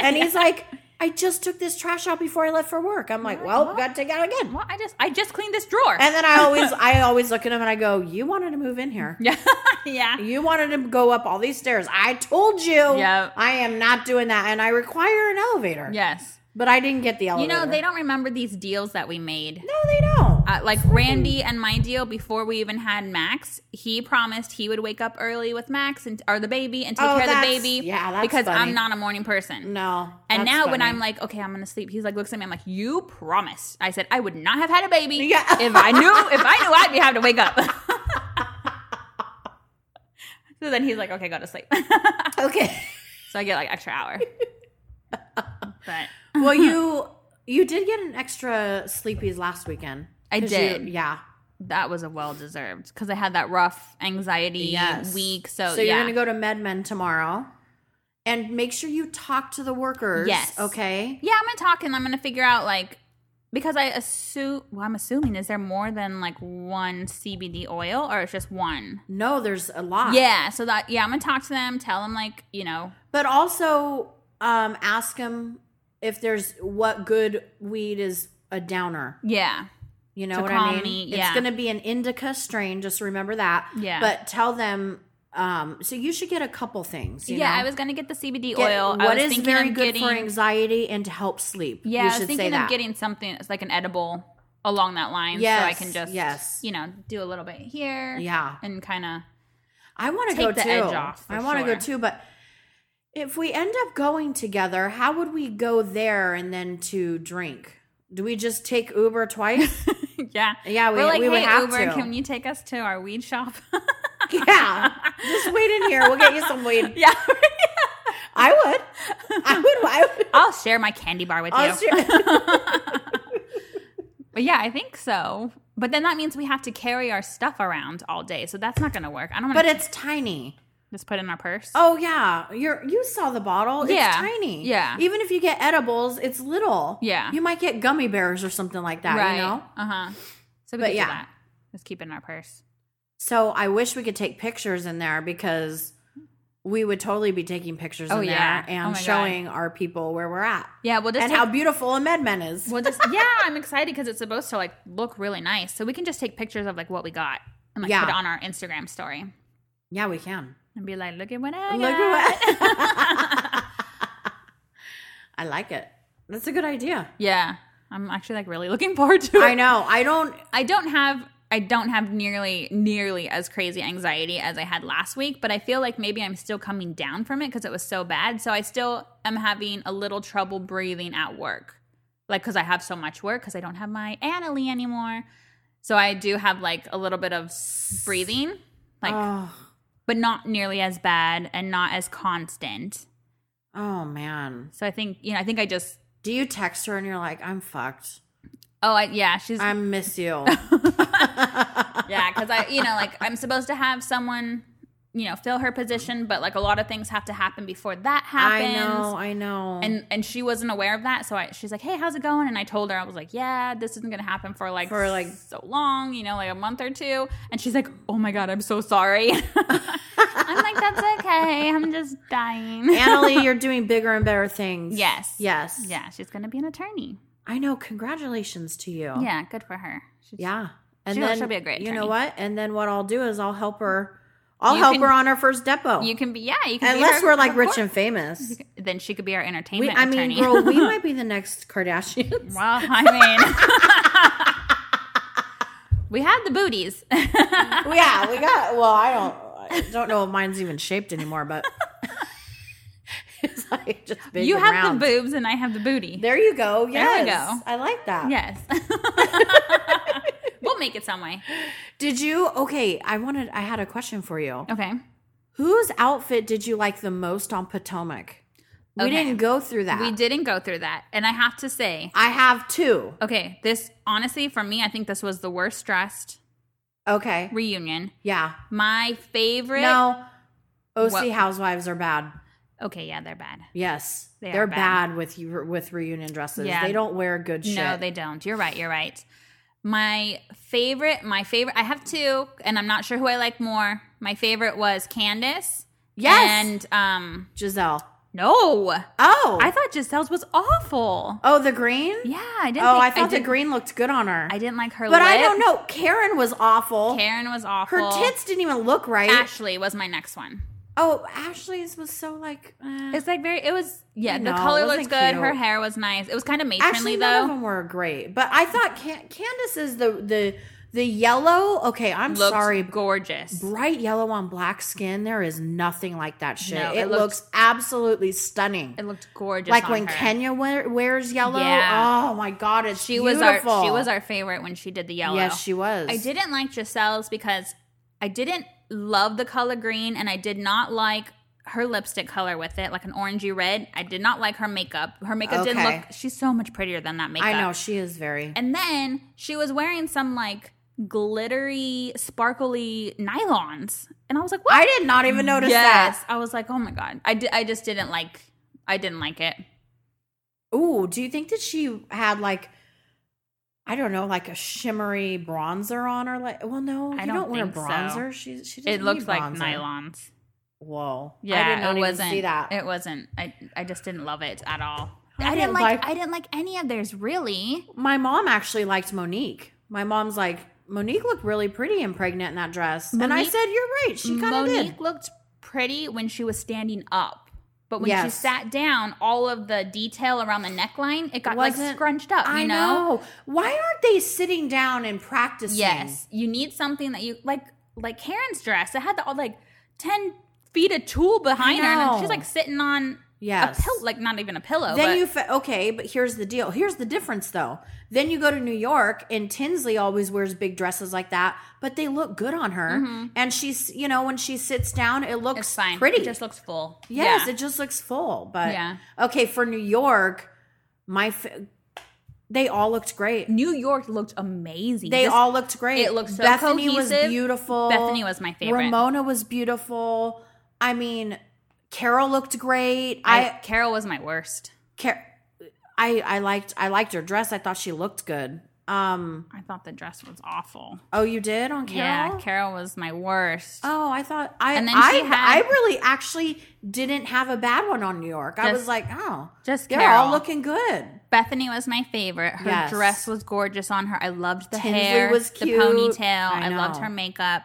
S2: and he's like, I just took this trash out before I left for work. I'm like, well,
S3: well.
S2: gotta take it out again.
S3: well, I just I just cleaned this drawer.
S2: And then I always I always look at him and I go, You wanted to move in here.
S3: yeah. yeah.
S2: You wanted to go up all these stairs. I told you
S3: Yep.
S2: I am not doing that and I require an elevator.
S3: Yes.
S2: But I didn't get the
S3: You
S2: elevator.
S3: know, they don't remember these deals that we made.
S2: No, they don't.
S3: Uh, like Randy and my deal before we even had Max, he promised he would wake up early with Max and or the baby and take
S2: Oh,
S3: care of the
S2: that's-
S3: baby.
S2: yeah, that's
S3: because
S2: funny.
S3: I'm not a morning person.
S2: no.
S3: And
S2: that's
S3: now when
S2: funny.
S3: I'm like, okay, I'm gonna sleep, he's like, looks at me. I'm like, you promised. I said I would not have had a baby
S2: Yeah.
S3: if I knew if I knew I'd be having to wake up. so then he's like, okay, go to sleep. so
S2: Okay.
S3: I get like extra hour. But
S2: well, you you did get an extra sleepies last weekend.
S3: I
S2: 'Cause you-
S3: did.
S2: yeah.
S3: that was a well deserved because I had that rough anxiety week. So,
S2: so
S3: yeah.
S2: you're gonna go to MedMen tomorrow, and make sure you talk to the workers.
S3: Yes.
S2: Okay.
S3: Yeah, I'm gonna talk and I'm gonna figure out like because I assume well, I'm assuming is there more than like one CBD oil or it's just one?
S2: No, there's a lot.
S3: Yeah, so that yeah, I'm gonna talk to them, tell them like you know
S2: But also, um, ask them if there's what good weed is a downer.
S3: yeah
S2: You know
S3: To
S2: what
S3: calm
S2: I mean?
S3: me,
S2: It's
S3: yeah.
S2: gonna be an indica strain. Just remember that.
S3: Yeah.
S2: But tell them. Um, so you should get a couple things. you
S3: yeah.
S2: know?
S3: I was gonna get the CBD
S2: Get
S3: oil.
S2: what
S3: I was
S2: is
S3: thinking
S2: very
S3: of
S2: good
S3: getting,
S2: for anxiety and to help sleep.
S3: Yeah,
S2: you
S3: I was
S2: should
S3: thinking
S2: say
S3: of
S2: that.
S3: getting something that's like an edible along that line, so I
S2: Yes,
S3: can just
S2: yes.
S3: you know do a little bit here,
S2: yeah,
S3: and kind of
S2: I want to
S3: Take
S2: go
S3: the
S2: too.
S3: edge off, for
S2: I want to
S3: sure.
S2: go too, but if we end up going together, how would we go there and then to drink? Do we just take Uber twice?
S3: yeah.
S2: Yeah, we,
S3: We're like,
S2: we would
S3: hey
S2: have
S3: Uber,
S2: to.
S3: can you take us to our weed shop?
S2: yeah, just wait in here. We'll get you some weed.
S3: yeah,
S2: I would. I would. I would.
S3: I'll share my candy bar with you.
S2: I'll share-
S3: But yeah, I think so. But then that means we have to carry our stuff around all day, so that's not going to work. I don't want
S2: but
S3: to
S2: it's tiny.
S3: just put it in our purse.
S2: Oh yeah, you're you saw the bottle. It's
S3: Yeah.
S2: tiny.
S3: Yeah.
S2: Even if you get edibles, it's little.
S3: Yeah.
S2: You might get gummy bears or something like that. You know.
S3: Uh huh. So we
S2: But
S3: could
S2: yeah.
S3: do that. Just keep it in our purse.
S2: So I wish we could take pictures in there because we would totally be taking pictures
S3: Oh,
S2: in
S3: yeah.
S2: there
S3: Oh,
S2: and
S3: my God.
S2: showing our people where we're at
S3: Yeah, we'll just
S2: and
S3: take,
S2: how beautiful a MedMen is.
S3: we'll just yeah. I'm excited because it's supposed to like look really nice, so we can just take pictures of like what we got and like
S2: Yeah.
S3: put it on our Instagram story
S2: Yeah, we can.
S3: and be like, look at what I
S2: Look
S3: got.
S2: at what. I like it. That's a good idea.
S3: yeah, I'm actually like really looking forward to it.
S2: I know. I don't.
S3: I don't have I don't have nearly nearly as crazy anxiety as I had last week, but I feel like maybe I'm still coming down from it because it was so bad. So I still am having a little trouble breathing at work. Like cuz I have so much work cuz I don't have my Annalie anymore. So I do have like a little bit of s- breathing, like
S2: oh,
S3: but not nearly as bad and not as constant.
S2: oh man.
S3: So I think, you know, I think I just
S2: Do you text her and you're like, I'm fucked.
S3: Oh, I, yeah, she's
S2: I miss you.
S3: yeah because i you know like i'm supposed to have someone you know fill her position but like a lot of things have to happen before that
S2: I
S3: happens
S2: know. I know.
S3: and and she wasn't aware of that so I, she's like hey how's it going and i told her i was like yeah this isn't gonna happen for like
S2: For, like-
S3: so long you know like a month or two and she's like oh my god i'm so sorry i'm like that's okay i'm just dying
S2: Annalie, you're doing bigger and better things.
S3: yes
S2: Yes.
S3: yeah she's gonna be an attorney
S2: I know. Congratulations to you.
S3: yeah good for her She's-
S2: Oh. Yeah. And
S3: She'll-
S2: then
S3: she'll be a great
S2: You know
S3: attorney.
S2: what? And then what I'll do is I'll help her. I'll
S3: You
S2: help
S3: can-
S2: her on her first depot.
S3: you can be yeah you can be
S2: Unless
S3: her-
S2: we're like
S3: of
S2: rich
S3: course.
S2: and famous.
S3: then she could be our
S2: We,
S3: entertainment
S2: I mean,
S3: attorney
S2: girl, we might be the next Kardashians.
S3: Well, I mean, we had the booties.
S2: yeah, we got. Well, I don't. I don't know if mine's even shaped anymore, but it's like just big.
S3: you
S2: and
S3: have
S2: round.
S3: the boobs, and I have the booty.
S2: There you go.
S3: There
S2: Yes,
S3: we go.
S2: I like that.
S3: yes. we'll make it some way.
S2: Did you? Okay, I wanted. I had a question for you.
S3: Okay.
S2: Whose outfit did you like the most on Potomac? We
S3: Okay.
S2: didn't go through that.
S3: We didn't go through that. And I have to say,
S2: I have two.
S3: okay, this honestly for me, I think this was the worst dressed
S2: Okay.
S3: reunion.
S2: Yeah.
S3: My favorite.
S2: No. OC
S3: What-
S2: housewives are bad.
S3: Okay, yeah, they're bad.
S2: Yes.
S3: They
S2: They
S3: are
S2: are
S3: bad.
S2: bad. with you with reunion dresses.
S3: Yeah.
S2: They don't wear good shit.
S3: No, they don't. You're right. You're right. My favorite, my favorite, I have two, and I'm not sure who I like more. My favorite was Candace.
S2: Yes.
S3: And, um,
S2: Giselle.
S3: no.
S2: Oh.
S3: I thought Giselle's was awful.
S2: oh, the green?
S3: Yeah, I didn't.
S2: Oh,
S3: think-
S2: I thought the
S3: didn't-
S2: green looked good on her.
S3: I didn't like her
S2: But I
S3: lip.
S2: don't know. Karen was awful.
S3: Karen was
S2: her
S3: awful.
S2: tits didn't even look right.
S3: Ashley was my next one.
S2: oh, Ashley's was so like. eh.
S3: It's like very. It was yeah.
S2: I
S3: the
S2: know,
S3: color
S2: it
S3: looked
S2: wasn't
S3: good. Her
S2: cute.
S3: hair was nice. It was kind of matronly
S2: Actually, none of
S3: though.
S2: them were great. But I thought Can- Candace is the the the yellow. Okay, I'm
S3: Looked
S2: sorry.
S3: gorgeous.
S2: Bright yellow on black skin. There is nothing like that shit.
S3: No, it
S2: it
S3: looked-
S2: looks absolutely stunning.
S3: it looked gorgeous.
S2: Like
S3: on
S2: when
S3: her.
S2: Kenya wear, wears yellow.
S3: Yeah.
S2: Oh my god, it's
S3: she was
S2: beautiful.
S3: our she was our favorite when she did the yellow.
S2: Yes, she was.
S3: I didn't like Giselle's because I didn't love the color green, and I did not like her lipstick color with it, like an orangey red. I did not like her makeup. Her makeup didn't
S2: Okay.
S3: look. She's so much prettier than that makeup.
S2: I know she is very.
S3: And then she was wearing some like glittery, sparkly nylons, and I was like, what?
S2: I did not even notice
S3: yes.
S2: that.
S3: I was like, oh my god. I di- I just didn't like. I didn't like it.
S2: Ooh, do you think that she had like I don't know, like a shimmery bronzer on her? Like, well, no,
S3: I
S2: you
S3: don't
S2: don't, wear
S3: think so.
S2: bronzer. She she doesn't
S3: It looked
S2: need
S3: like
S2: bronzer.
S3: nylons.
S2: Whoa,
S3: Yeah,
S2: I did not
S3: it
S2: even
S3: wasn't.
S2: see that.
S3: It wasn't. I I just didn't love it at all. I,
S2: I
S3: didn't,
S2: didn't
S3: like,
S2: like-
S3: I didn't like any of theirs really.
S2: My mom actually liked Monique. My mom's like Monique looked really pretty and pregnant in that dress, and I
S3: Monique-
S2: said you're right. She kind of
S3: Monique
S2: did.
S3: looked pretty when she was standing up. But when she
S2: Yes.
S3: sat down, all of the detail around the neckline, it got like
S2: Wasn't-
S3: scrunched up, you
S2: I know. Why aren't they sitting down and practicing?
S3: Yes. You need something that you like like Karen's dress. It had the all like ten feet of tulle behind her and
S2: know.
S3: she's like sitting on
S2: Yes.
S3: a pillow like not even a pillow.
S2: Then
S3: but-
S2: you fa- okay, but here's the deal. Here's the difference though. Then you go to New York, and Tinsley always wears big dresses like that, but they look good on her. And she's, you know, when she sits down, it looks
S3: Mm-hmm. it's fine.
S2: pretty.
S3: It just looks full.
S2: yes,
S3: Yeah.
S2: it just looks full. But
S3: Yeah.
S2: okay, for New York, my f- they all looked great.
S3: New York looked amazing.
S2: They
S3: This-
S2: all looked great.
S3: it looked so
S2: Bethany
S3: cohesive.
S2: was beautiful.
S3: Bethany was my favorite.
S2: Ramona was beautiful. I mean, Carol looked great.
S3: I,
S2: I
S3: Carol was my worst.
S2: Car- I I liked I liked her dress. I thought she looked good. Um.
S3: I thought the dress was awful.
S2: Oh, you did on Carol.
S3: Yeah, Carol was my worst.
S2: Oh, I thought I
S3: And then
S2: I,
S3: she had-
S2: I really actually didn't have a bad one on New York. I
S3: Just-
S2: was like, oh,
S3: just
S2: they're
S3: Carol.
S2: all looking good.
S3: Bethany was my favorite. Her
S2: Yes.
S3: dress was gorgeous on her. I loved the
S2: Tinsley
S3: hair,
S2: was
S3: the
S2: cute.
S3: ponytail. I,
S2: I
S3: loved
S2: know.
S3: her makeup.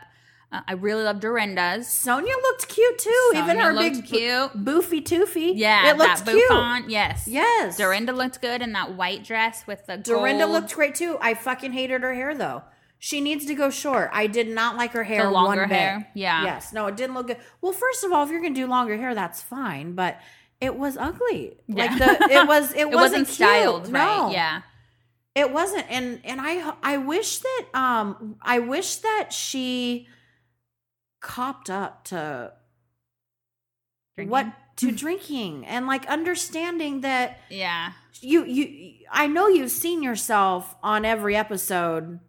S3: Uh, I really loved Dorinda's.
S2: Sonia looked cute too. Even
S3: Sonia
S2: her
S3: looked
S2: big
S3: cute.
S2: bo- boofy toofy.
S3: Yeah,
S2: it looked
S3: that
S2: cute.
S3: bouffant. Yes,
S2: Yes,
S3: Dorinda looked good in that white dress with the
S2: Dorinda
S3: gold,
S2: looked great too. I fucking hated her hair though. She needs to go short. I did not like her hair.
S3: the longer
S2: one bit.
S3: hair. Yeah,
S2: Yes. No, it didn't look good. Well, first of all, if you're gonna do longer hair, that's fine, but it was ugly. Like
S3: Yeah.
S2: the it was it,
S3: it wasn't,
S2: cute.
S3: styled right.
S2: No,
S3: Yeah,
S2: It wasn't. And and I I wish that um I wish that she copped up to what
S3: Drinking.
S2: to drinking and like understanding that
S3: Yeah,
S2: you you I know you've seen yourself on every episode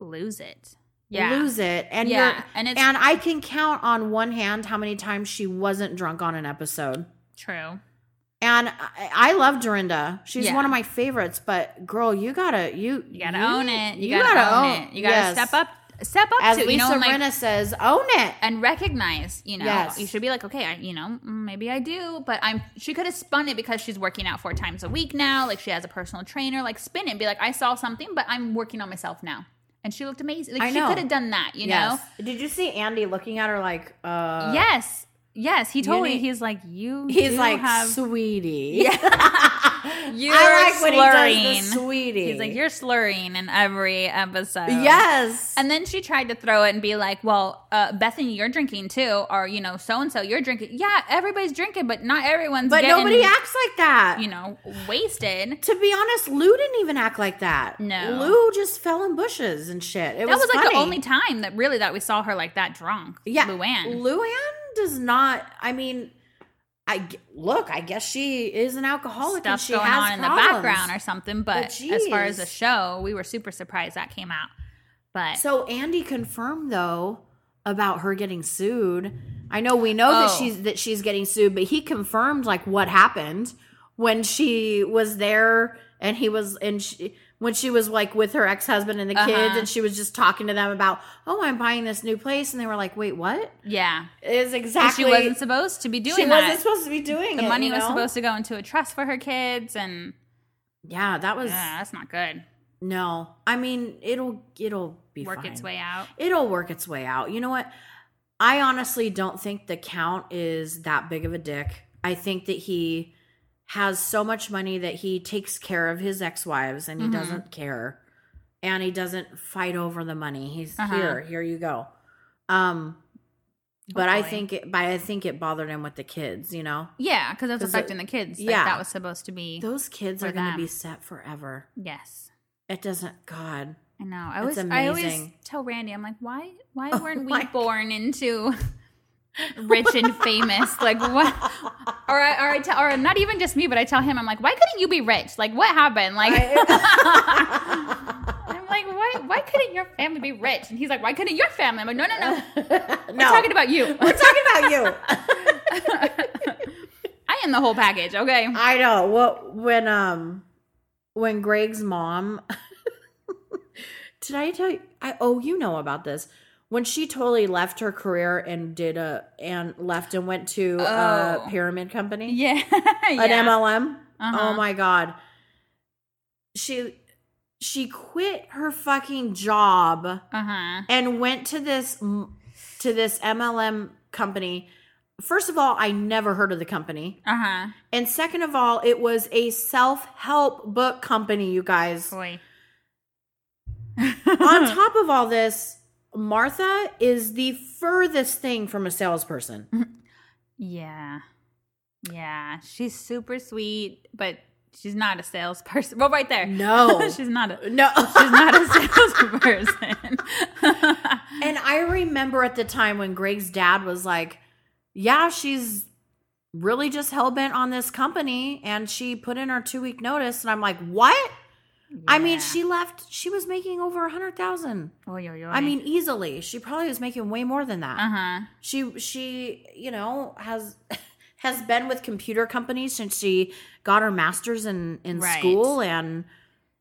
S3: lose it. Yeah,
S2: lose it and
S3: Yeah,
S2: you're
S3: and it's-
S2: and I can count on one hand how many times she wasn't drunk on an episode.
S3: true.
S2: And I, I love Dorinda. She's
S3: Yeah.
S2: one of my favorites. But girl, you gotta you
S3: You gotta own it. You, gotta, own it. You gotta
S2: yes.
S3: step up. Step up
S2: As
S3: to it,
S2: Lisa
S3: you know, and, like,
S2: Rinna says, own it.
S3: and recognize. You know,
S2: Yes.
S3: you should be like, okay, I, you know, mm, maybe I do, but I'm. She could have spun it because she's working out four times a week now. Like she has a personal trainer. Like spin it. and Be like, I saw something, but I'm working on myself now. And she looked amazing. Like
S2: I
S3: she
S2: know.
S3: could have done that. You
S2: Yes. Did you see Andy looking at her like, uh?
S3: know. Yes. Yes. He totally.
S2: need-
S3: he's like you.
S2: He's
S3: do
S2: like,
S3: have-
S2: sweetie.
S3: Yeah. You're
S2: I like when he
S3: slurring.
S2: does the sweetie.
S3: he's like, you're slurring in every episode.
S2: Yes.
S3: And then she tried to throw it and be like, "Well, uh, Bethany, you're drinking too, or you know, so and so, you're drinking. Yeah, everybody's drinking, but not everyone's.
S2: but
S3: getting,
S2: nobody acts like that.
S3: you know, wasted.
S2: to be honest, Lou didn't even act like that.
S3: No.
S2: Lou just fell in bushes and shit. It
S3: that was like the
S2: funny.
S3: only time that really that we saw her like that drunk.
S2: Yeah.
S3: Luann.
S2: Luann does not. I mean, I g- look. I guess she is an alcoholic and
S3: stuff
S2: she
S3: going
S2: has
S3: on in the
S2: problems.
S3: background or something. But
S2: But
S3: as far as the
S2: geez.
S3: show, we were super surprised that came out. But
S2: So Andy confirmed though about her getting sued. I know we know that
S3: Oh.
S2: she's that she's getting sued, but he confirmed like what happened when she was there and he was and she when she was like with her ex-husband and the kids
S3: Uh-huh.
S2: and she was just talking to them about, "Oh, I'm buying this new place." And they were like, "Wait, what?"
S3: yeah,
S2: Is
S3: 'Cause
S2: exactly
S3: she wasn't supposed to be doing
S2: She
S3: that.
S2: wasn't supposed to be doing
S3: the
S2: it,
S3: money
S2: you
S3: was
S2: know?
S3: supposed to go into a trust for her kids, and
S2: Yeah, that was
S3: yeah, that's not good.
S2: no. I mean, it'll it'll be
S3: Work its
S2: fine.
S3: way out.
S2: it'll work its way out. You know what? I honestly don't think the count is that big of a dick. I think that he has so much money that he takes care of his ex-wives and he
S3: Mhm.
S2: doesn't care and he doesn't fight over the money. He's
S3: Uh-huh.
S2: here, here you go. Um but I
S3: Hopefully.
S2: think it but I think it bothered him with the kids, you know.
S3: Yeah, because that's
S2: 'Cause
S3: affecting the kids. Like,
S2: yeah.
S3: that was supposed to be.
S2: Those kids
S3: For
S2: are going to
S3: them.
S2: be set forever.
S3: yes,
S2: It doesn't god.
S3: I know. I
S2: It's
S3: always, I always
S2: amazing.
S3: tell Randy, I'm like, why, why
S2: Oh
S3: weren't
S2: my
S3: we born into rich and famous? Like what? Or I, or I tell, or not even just me, but I tell him, I'm like, why couldn't you be rich? Like what happened? Like. I'm like, why, why couldn't your family be rich? And he's like, why couldn't your family? I'm like, no, no, no.
S2: no.
S3: We're talking about you.
S2: We're talking about you.
S3: I am the whole package, okay?
S2: I know. What when um when Greg's mom did I tell you I oh you know about this. When she totally left her career and did a and left and went to
S3: Oh.
S2: a pyramid company.
S3: Yeah.
S2: An
S3: yeah.
S2: MLM.
S3: Uh-huh.
S2: Oh my god. She she quit her fucking job
S3: Uh-huh.
S2: and went to this to this MLM company. First of all, I never heard of the company.
S3: Uh-huh.
S2: And second of all, it was a self help book company, you guys.
S3: Boy.
S2: On top of all this, Martha is the furthest thing from a salesperson.
S3: Yeah. Yeah. She's super sweet, but she's not a salesperson. Well, right there.
S2: No.
S3: she's not a
S2: no.
S3: she's not a salesperson.
S2: and I remember at the time when Greg's dad was like, Yeah, she's really just hell bent on this company. And she put in her two week notice. And I'm like, What? I mean,
S3: Yeah.
S2: she left, she was making over a hundred thousand.
S3: Oy, oy, oy.
S2: I mean, easily. She probably was making way more than that.
S3: uh-huh.
S2: she she you know has has been with computer companies since she got her master's in in
S3: Right.
S2: school and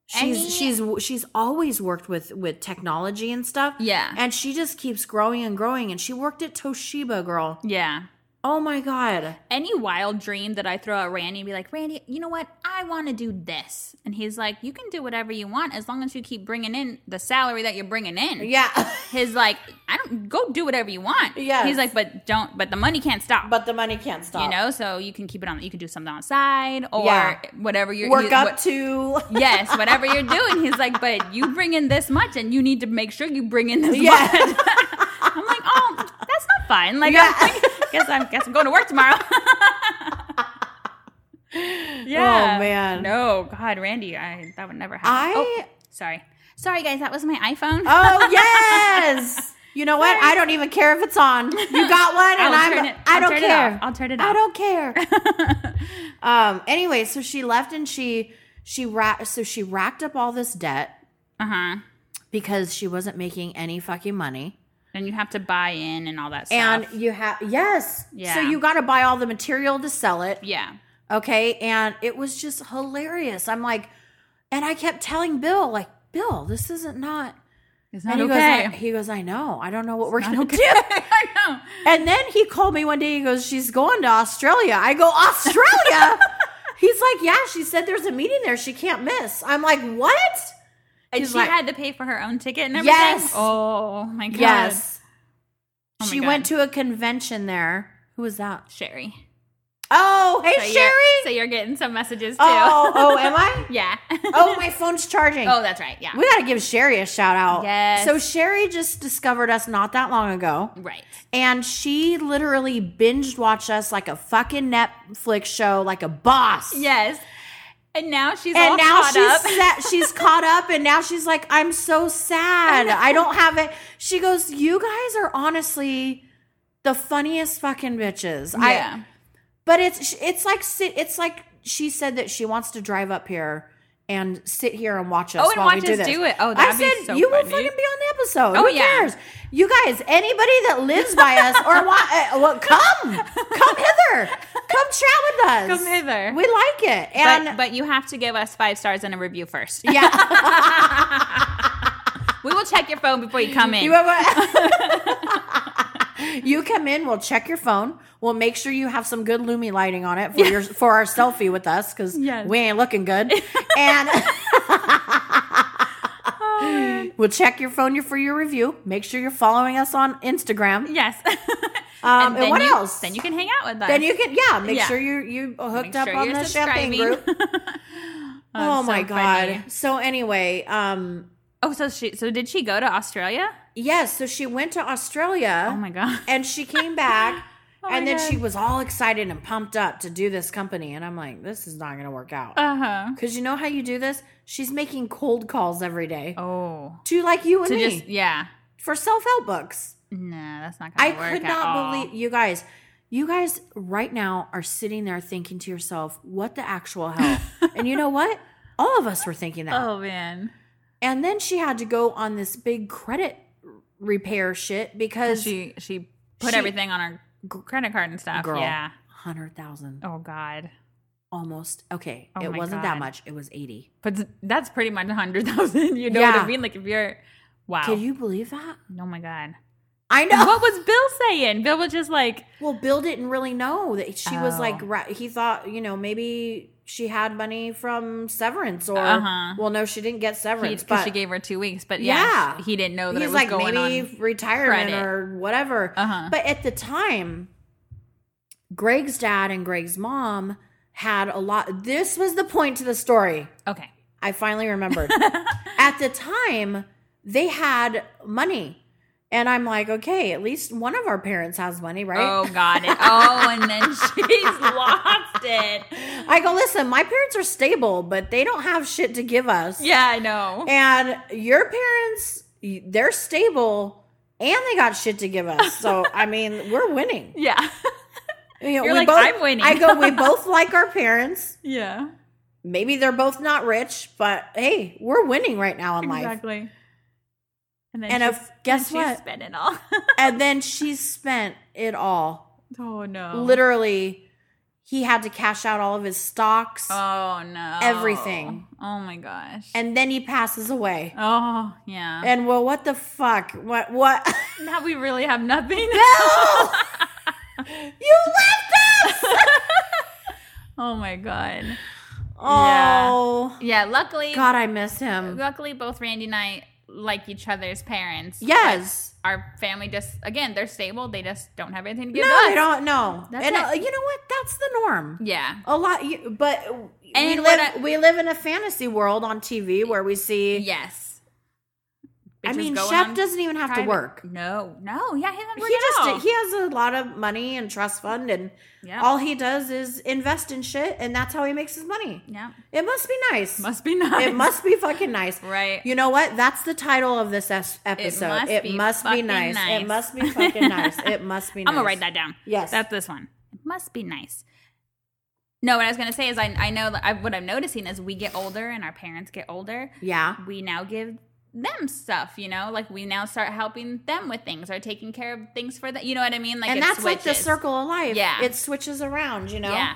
S2: she's
S3: Any-
S2: she's she's always worked with with technology and stuff
S3: Yeah.
S2: and she just keeps growing and growing and she worked at toshiba girl
S3: yeah.
S2: oh my god
S3: Any wild dream that I throw at Randy and be like, Randy, you know what? I want to do this. And he's like, you can do whatever you want as long as you keep bringing in the salary that you're bringing in.
S2: yeah
S3: His like, I don't go do whatever you want.
S2: Yes.
S3: He's like, but don't, but the money can't stop.
S2: but the money can't stop
S3: you know so you can keep it on you can do something outside or
S2: Oh. Yeah.
S3: whatever you're
S2: work
S3: you-
S2: up
S3: what-
S2: to
S3: yes whatever you're doing he's like but you bring in this much and you need to make sure you bring in this
S2: Yeah.
S3: much i'm like oh that's not fun like
S2: Yeah.
S3: i'm like, guess i'm guess i'm going to work tomorrow yeah
S2: Oh, man.
S3: no god randy i that would never happen
S2: i
S3: oh, sorry sorry guys that was my iphone
S2: Oh yes. You know what? I don't even care if it's on. You got one, and
S3: I'll
S2: I'm.
S3: turn it-
S2: I
S3: I'll
S2: don't
S3: turn it
S2: care.
S3: off. I'll turn it
S2: I
S3: off.
S2: don't care. um. Anyway, so she left, and she she ra- so she racked up all this debt
S3: uh-huh
S2: because she wasn't making any fucking money.
S3: and you have to buy in and all that stuff
S2: And you have yes, So
S3: Yeah.
S2: you got to buy all the material to sell it.
S3: yeah
S2: Okay, and it was just hilarious. I'm like, and I kept telling Bill like, Bill, this isn't not.
S3: it's
S2: And
S3: not
S2: he
S3: okay
S2: goes, I, he goes, I know. I don't know what we're
S3: Not
S2: gonna
S3: okay.
S2: do.
S3: I know.
S2: And then he called me one day. He goes, "She's going to Australia." I go, "Australia." He's like, "Yeah." She said, "There's a meeting there. She can't miss." I'm like, "What?"
S3: And
S2: He's
S3: she
S2: like-
S3: had to pay for her own ticket and everything.
S2: Yes.
S3: Oh my god.
S2: Yes.
S3: Oh my
S2: she
S3: God.
S2: went to a convention there. Who was that?
S3: Sherry.
S2: Oh, hey
S3: So you're-
S2: Sherry.
S3: so you're getting some messages too.
S2: Oh, oh, am I?
S3: yeah.
S2: Oh, my phone's charging.
S3: Oh, that's right. Yeah.
S2: we got to give Sherry a shout out.
S3: Yes.
S2: So Sherry just discovered us not that long ago.
S3: right.
S2: And she literally binge watched us like a fucking Netflix show, like a boss.
S3: Yes. And now she's all
S2: and now
S3: caught
S2: she's
S3: up.
S2: sa- she's caught up and now she's like i'm so sad i don't have it she goes you guys are honestly the funniest fucking bitches i
S3: yeah.
S2: But it's it's like sit. It's like she said that she wants to drive up here and sit here and watch us.
S3: Oh, and
S2: while we
S3: watch
S2: do
S3: us
S2: this.
S3: do it. Oh,
S2: I
S3: that'd be
S2: said
S3: so
S2: you will
S3: funny.
S2: fucking be on the episode.
S3: Oh,
S2: Who
S3: yeah.
S2: cares? You guys, anybody that lives by us or wa- uh, well, come, come hither, come chat with us.
S3: Come hither.
S2: We like it, and
S3: But, but you have to give us five stars and a review first.
S2: yeah,
S3: We will check your phone before you come in.
S2: you have a- You come in, we'll check your phone. We'll make sure you have some good Lumi lighting on it for your for our selfie with us because
S3: Yes.
S2: we ain't looking good. And
S3: Oh.
S2: we'll check your phone for your review. Make sure you're following us on Instagram.
S3: yes.
S2: Um, and,
S3: then
S2: what
S3: you,
S2: else?
S3: Then you can hang out with us.
S2: Then you can yeah. Make
S3: Yeah.
S2: sure you you hooked
S3: Make
S2: up
S3: sure
S2: on
S3: you're
S2: the champagne
S3: subscribing.
S2: group. Oh,
S3: so
S2: my god.
S3: funny.
S2: So anyway, um,
S3: oh, so she. So did she go to Australia?
S2: yes. So she went to Australia.
S3: Oh my god.
S2: and she came back
S3: Oh
S2: and
S3: my
S2: then
S3: God.
S2: she was all excited and pumped up to do this company and i'm like this is not gonna work out
S3: Uh huh.
S2: because you know how you do this she's making cold calls every day
S3: Oh.
S2: to like you and
S3: To
S2: me
S3: just yeah.
S2: for self-help books
S3: Nah, that's not
S2: i
S3: gonna work
S2: could
S3: at all.
S2: not believe you guys you guys right now are sitting there thinking to yourself what the actual hell and you know what all of us were thinking that
S3: Oh man.
S2: and then she had to go on this big credit repair shit because
S3: She she put
S2: She-
S3: everything on her g- credit card and stuff.
S2: Girl.
S3: Yeah.
S2: 100000
S3: Oh god.
S2: almost okay
S3: Oh
S2: it
S3: my
S2: wasn't that
S3: God.
S2: much it was 80
S3: But that's pretty much a hundred thousand. You know what
S2: Yeah.
S3: I mean? Like if you're wow.
S2: Can you believe that?
S3: oh my god.
S2: I know.
S3: what was Bill saying? Bill was just like,
S2: Well, Bill didn't really know that she was
S3: Oh.
S2: like ra- he thought, you know, maybe she had money from severance or
S3: Uh-huh.
S2: well, no, she didn't get severance,
S3: because
S2: but
S3: she gave her two weeks, but
S2: Yeah.
S3: yeah, he didn't know that it
S2: he's
S3: was
S2: like
S3: going
S2: maybe
S3: on.
S2: retirement
S3: credit.
S2: or whatever.
S3: Uh-huh.
S2: But at the time, Greg's dad and Greg's mom had a lot. This was the point to the story.
S3: Okay.
S2: I finally remembered. At the time, they had money. And I'm like, okay, at least one of our parents has money, right?
S3: Oh, got it. Oh, and then she's lost it.
S2: I go, listen, my parents are stable, but they don't have shit to give us.
S3: Yeah, I know.
S2: And your parents, they're stable and they got shit to give us. So, I mean, we're winning.
S3: yeah.
S2: You know,
S3: You're
S2: we
S3: like,
S2: both-
S3: "I'm winning."
S2: I go, we both like our parents.
S3: Yeah.
S2: Maybe they're both not rich, but hey, we're winning right now in life.
S3: Exactly. And then
S2: And
S3: she's-
S2: if- guess
S3: and she's
S2: what?
S3: spent it all.
S2: And then she spent it all.
S3: oh no.
S2: Literally, he had to cash out all of his stocks.
S3: Oh no.
S2: Everything.
S3: Oh my gosh.
S2: and Eh. then he passes away.
S3: oh yeah.
S2: And well, what the fuck? What? What?
S3: now we really have nothing.
S2: No! you left us!
S3: oh my god.
S2: Oh.
S3: Yeah. Luckily,
S2: God, I miss him.
S3: luckily, both Randy and I like each other's parents.
S2: Yes.
S3: Our family just again, they're stable. They just don't have anything to give
S2: No,
S3: us.
S2: I don't know.
S3: That's
S2: And
S3: it.
S2: uh, you know what? That's the norm.
S3: Yeah.
S2: A lot, you, but we,
S3: And what
S2: live,
S3: I-
S2: we live in a fantasy world on TV where we see.
S3: Yes.
S2: I
S3: Bitches
S2: mean,
S3: going
S2: Chef
S3: on
S2: doesn't even have to
S3: private-
S2: work.
S3: No, no, yeah, he doesn't
S2: He
S3: work
S2: just
S3: at all.
S2: he has a lot of money and trust fund, and
S3: yeah.
S2: all he does is invest in shit, and that's how he makes his money.
S3: yeah,
S2: It must be nice.
S3: must be nice.
S2: It must be fucking nice.
S3: right.
S2: You know what? That's the title of this es- episode. It must,
S3: must
S2: be,
S3: be fucking
S2: nice. It
S3: nice.
S2: must be fucking nice. It must be nice.
S3: I'm gonna write that down.
S2: Yes.
S3: That's this one. It must be nice. No, what I was gonna say is I I know that I, what I'm noticing is we get older and our parents get older.
S2: yeah.
S3: We now give them stuff, you know, like we now start helping them with things or taking care of things for them. You know what I mean? Like
S2: and
S3: it
S2: that's like the
S3: switches.
S2: circle of life.
S3: Yeah.
S2: It switches around, you know?
S3: Yeah.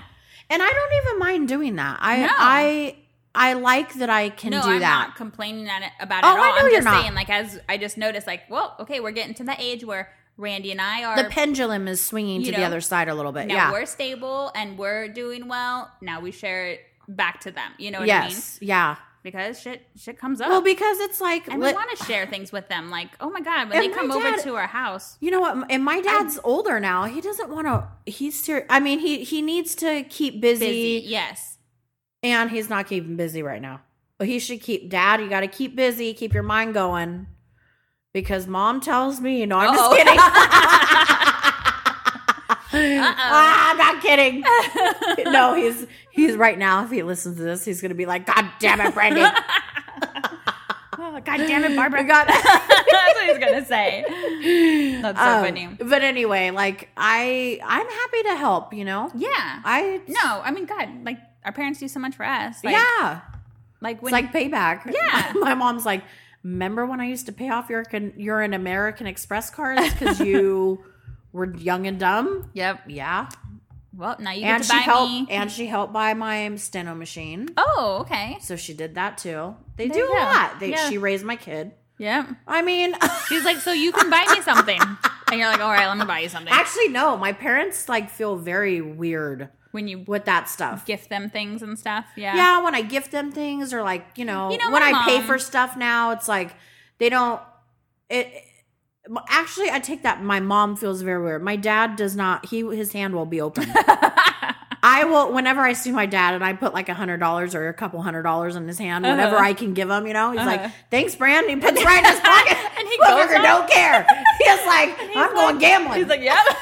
S2: And I don't even mind doing that. I
S3: No.
S2: I I like that I can
S3: no,
S2: do
S3: I'm
S2: that.
S3: not complaining at it, about
S2: Oh,
S3: it at all.
S2: I know
S3: am
S2: you're
S3: just
S2: not.
S3: saying, like, as I just noticed, like, well, okay, we're getting to that age where Randy and I are
S2: the pendulum is swinging to
S3: You
S2: the
S3: know,
S2: other side a little bit.
S3: now
S2: yeah.
S3: we're stable and we're doing well. Now we share it back to them. You know what I mean?
S2: yes. Yeah.
S3: Because shit, shit comes up,
S2: Well, because it's like
S3: and
S2: li-
S3: we want to share things with them. Like, oh my god, when
S2: And
S3: they
S2: my
S3: come over
S2: dad-
S3: to our house,
S2: You know what? And my dad's older now. He doesn't want to. He's ser- I mean, he he needs to keep
S3: busy. Yes,
S2: And he's not keeping busy right now. But he should keep dad. You got to keep busy, keep your mind going, because mom tells me. No, I'm
S3: Uh-oh.
S2: just kidding. Ah, I'm not kidding. no, he's he's right now. If he listens to this, he's gonna be like, "God damn it, Brandy!"
S3: oh, God damn it, Barbara.
S2: We got-
S3: That's what he's gonna say. That's so
S2: Um,
S3: funny.
S2: But anyway, like I, I'm happy to help. You know,
S3: Yeah.
S2: I
S3: no, I mean, God, like our parents do so much for us. Like,
S2: yeah,
S3: Like
S2: it's
S3: when
S2: like payback.
S3: Yeah.
S2: my mom's like, remember when I used to pay off your con- your an American Express cards because you were young and dumb.
S3: Yep.
S2: Yeah,
S3: Well, now you get
S2: and
S3: to
S2: she
S3: buy
S2: helped
S3: me.
S2: and she helped buy my steno machine,
S3: oh, okay.
S2: so she did that too. They
S3: There
S2: do
S3: you
S2: a
S3: go.
S2: lot. They,
S3: Yeah.
S2: She raised my kid.
S3: Yep.
S2: I mean.
S3: She's like, so you can buy me something, and you're like, all right, let me buy you something.
S2: Actually, no. My parents like feel very weird
S3: when you
S2: with that stuff.
S3: gift them things and stuff, yeah.
S2: yeah, when I gift them things or like, you know,
S3: You know,
S2: when
S3: my
S2: I pay
S3: mom-
S2: for stuff now, it's like they don't it, it- actually I take that my mom feels very weird. My dad does not he his hand will be open. I will whenever I see my dad and I put like a hundred dollars or a couple hundred dollars in his hand, whenever
S3: Uh-huh.
S2: I can give him, you know, he's
S3: Uh-huh.
S2: like, Thanks, Brand. He puts it right in his pocket.
S3: And he goes
S2: Booger
S3: off.
S2: don't care. He's like, I'm going gambling.
S3: He's like, yep.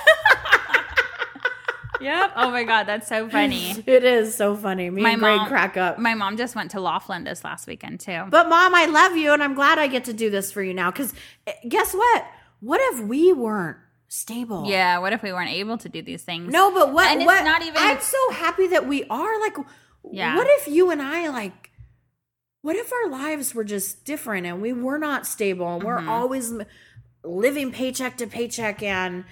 S3: yep. Oh my god, that's so funny.
S2: It is so funny. Me
S3: My
S2: and Greg
S3: mom-
S2: crack up.
S3: My mom just went to Laughlin this last weekend too.
S2: But mom, I love you and I'm glad I get to do this for you now cuz guess what? What if we weren't stable?
S3: yeah, what if we weren't able to do these things?
S2: No, but what
S3: And it's
S2: what
S3: not even-
S2: I'm so happy that we are like
S3: Yeah.
S2: what if you and I like what if our lives were just different and we were not stable and we're
S3: Mm-hmm.
S2: always m- living paycheck to paycheck and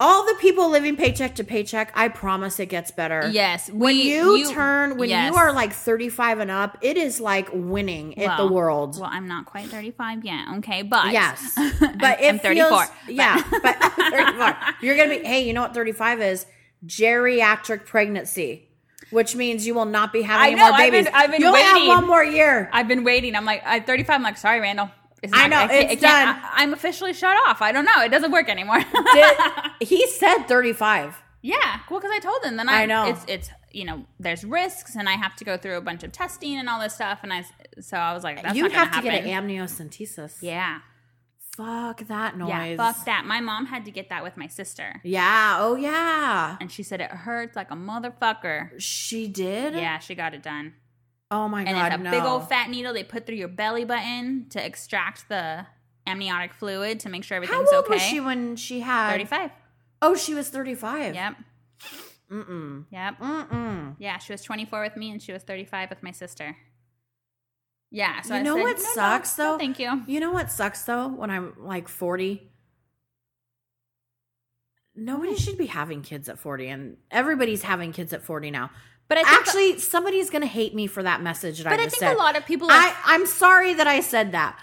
S2: all the people living paycheck to paycheck, I promise it gets better.
S3: Yes,
S2: when
S3: we-
S2: you, turn when
S3: yes.
S2: you are like 35 and up it is like winning at the
S3: Well,
S2: world
S3: Well, I'm not quite 35 yet. Okay, but
S2: yes
S3: I'm-
S2: but it
S3: I'm 34.
S2: feels, yeah but 34. you're gonna be hey you know what 35 is geriatric pregnancy which means you will not be having
S3: I
S2: any
S3: know,
S2: more
S3: I've been-
S2: babies
S3: I've been
S2: you only have
S3: waiting.
S2: one more year
S3: I've been waiting. I'm like, at 35, I'm like, sorry, Randall. It's
S2: I know,
S3: I can't-
S2: it's
S3: I can't-
S2: done.
S3: I, am officially shut off. I don't know. It doesn't work anymore.
S2: Did- he said 35
S3: yeah. Well, because I told him. Then
S2: I
S3: I,
S2: know.
S3: It's, it's, you know, there's risks and I have to go through a bunch of testing and all this stuff. And I, s- so I was like, that's
S2: you
S3: not
S2: have
S3: gonna
S2: to get
S3: happen.
S2: an amniocentesis
S3: Yeah.
S2: fuck that noise
S3: Yeah. Fuck that. My mom had to get that with my sister.
S2: Yeah, oh yeah
S3: And she said it hurts like a motherfucker.
S2: she did
S3: Yeah, she got it done.
S2: oh my
S3: and
S2: god
S3: it's a
S2: no.
S3: big old fat needle they put through your belly button to extract the amniotic fluid to make sure
S2: how
S3: everything's
S2: old
S3: okay.
S2: was she when she had
S3: 35.
S2: oh she was 35
S3: Yep.
S2: mm-mm
S3: Yep.
S2: mm-mm
S3: Yeah, she was 24 with me and she was 35 with my sister. Yeah, so
S2: You
S3: I
S2: know
S3: said,
S2: what
S3: "No, no,
S2: sucks,
S3: no,
S2: though?
S3: thank you.
S2: You know what sucks though? When I'm like 40,
S3: Oh.
S2: nobody should be having kids at 40, and everybody's having kids at 40 now.
S3: But I think
S2: Actually, somebody's gonna hate me for that message that
S3: but
S2: I
S3: I
S2: just
S3: think
S2: said.
S3: a lot of people are
S2: I, I'm sorry that I said that.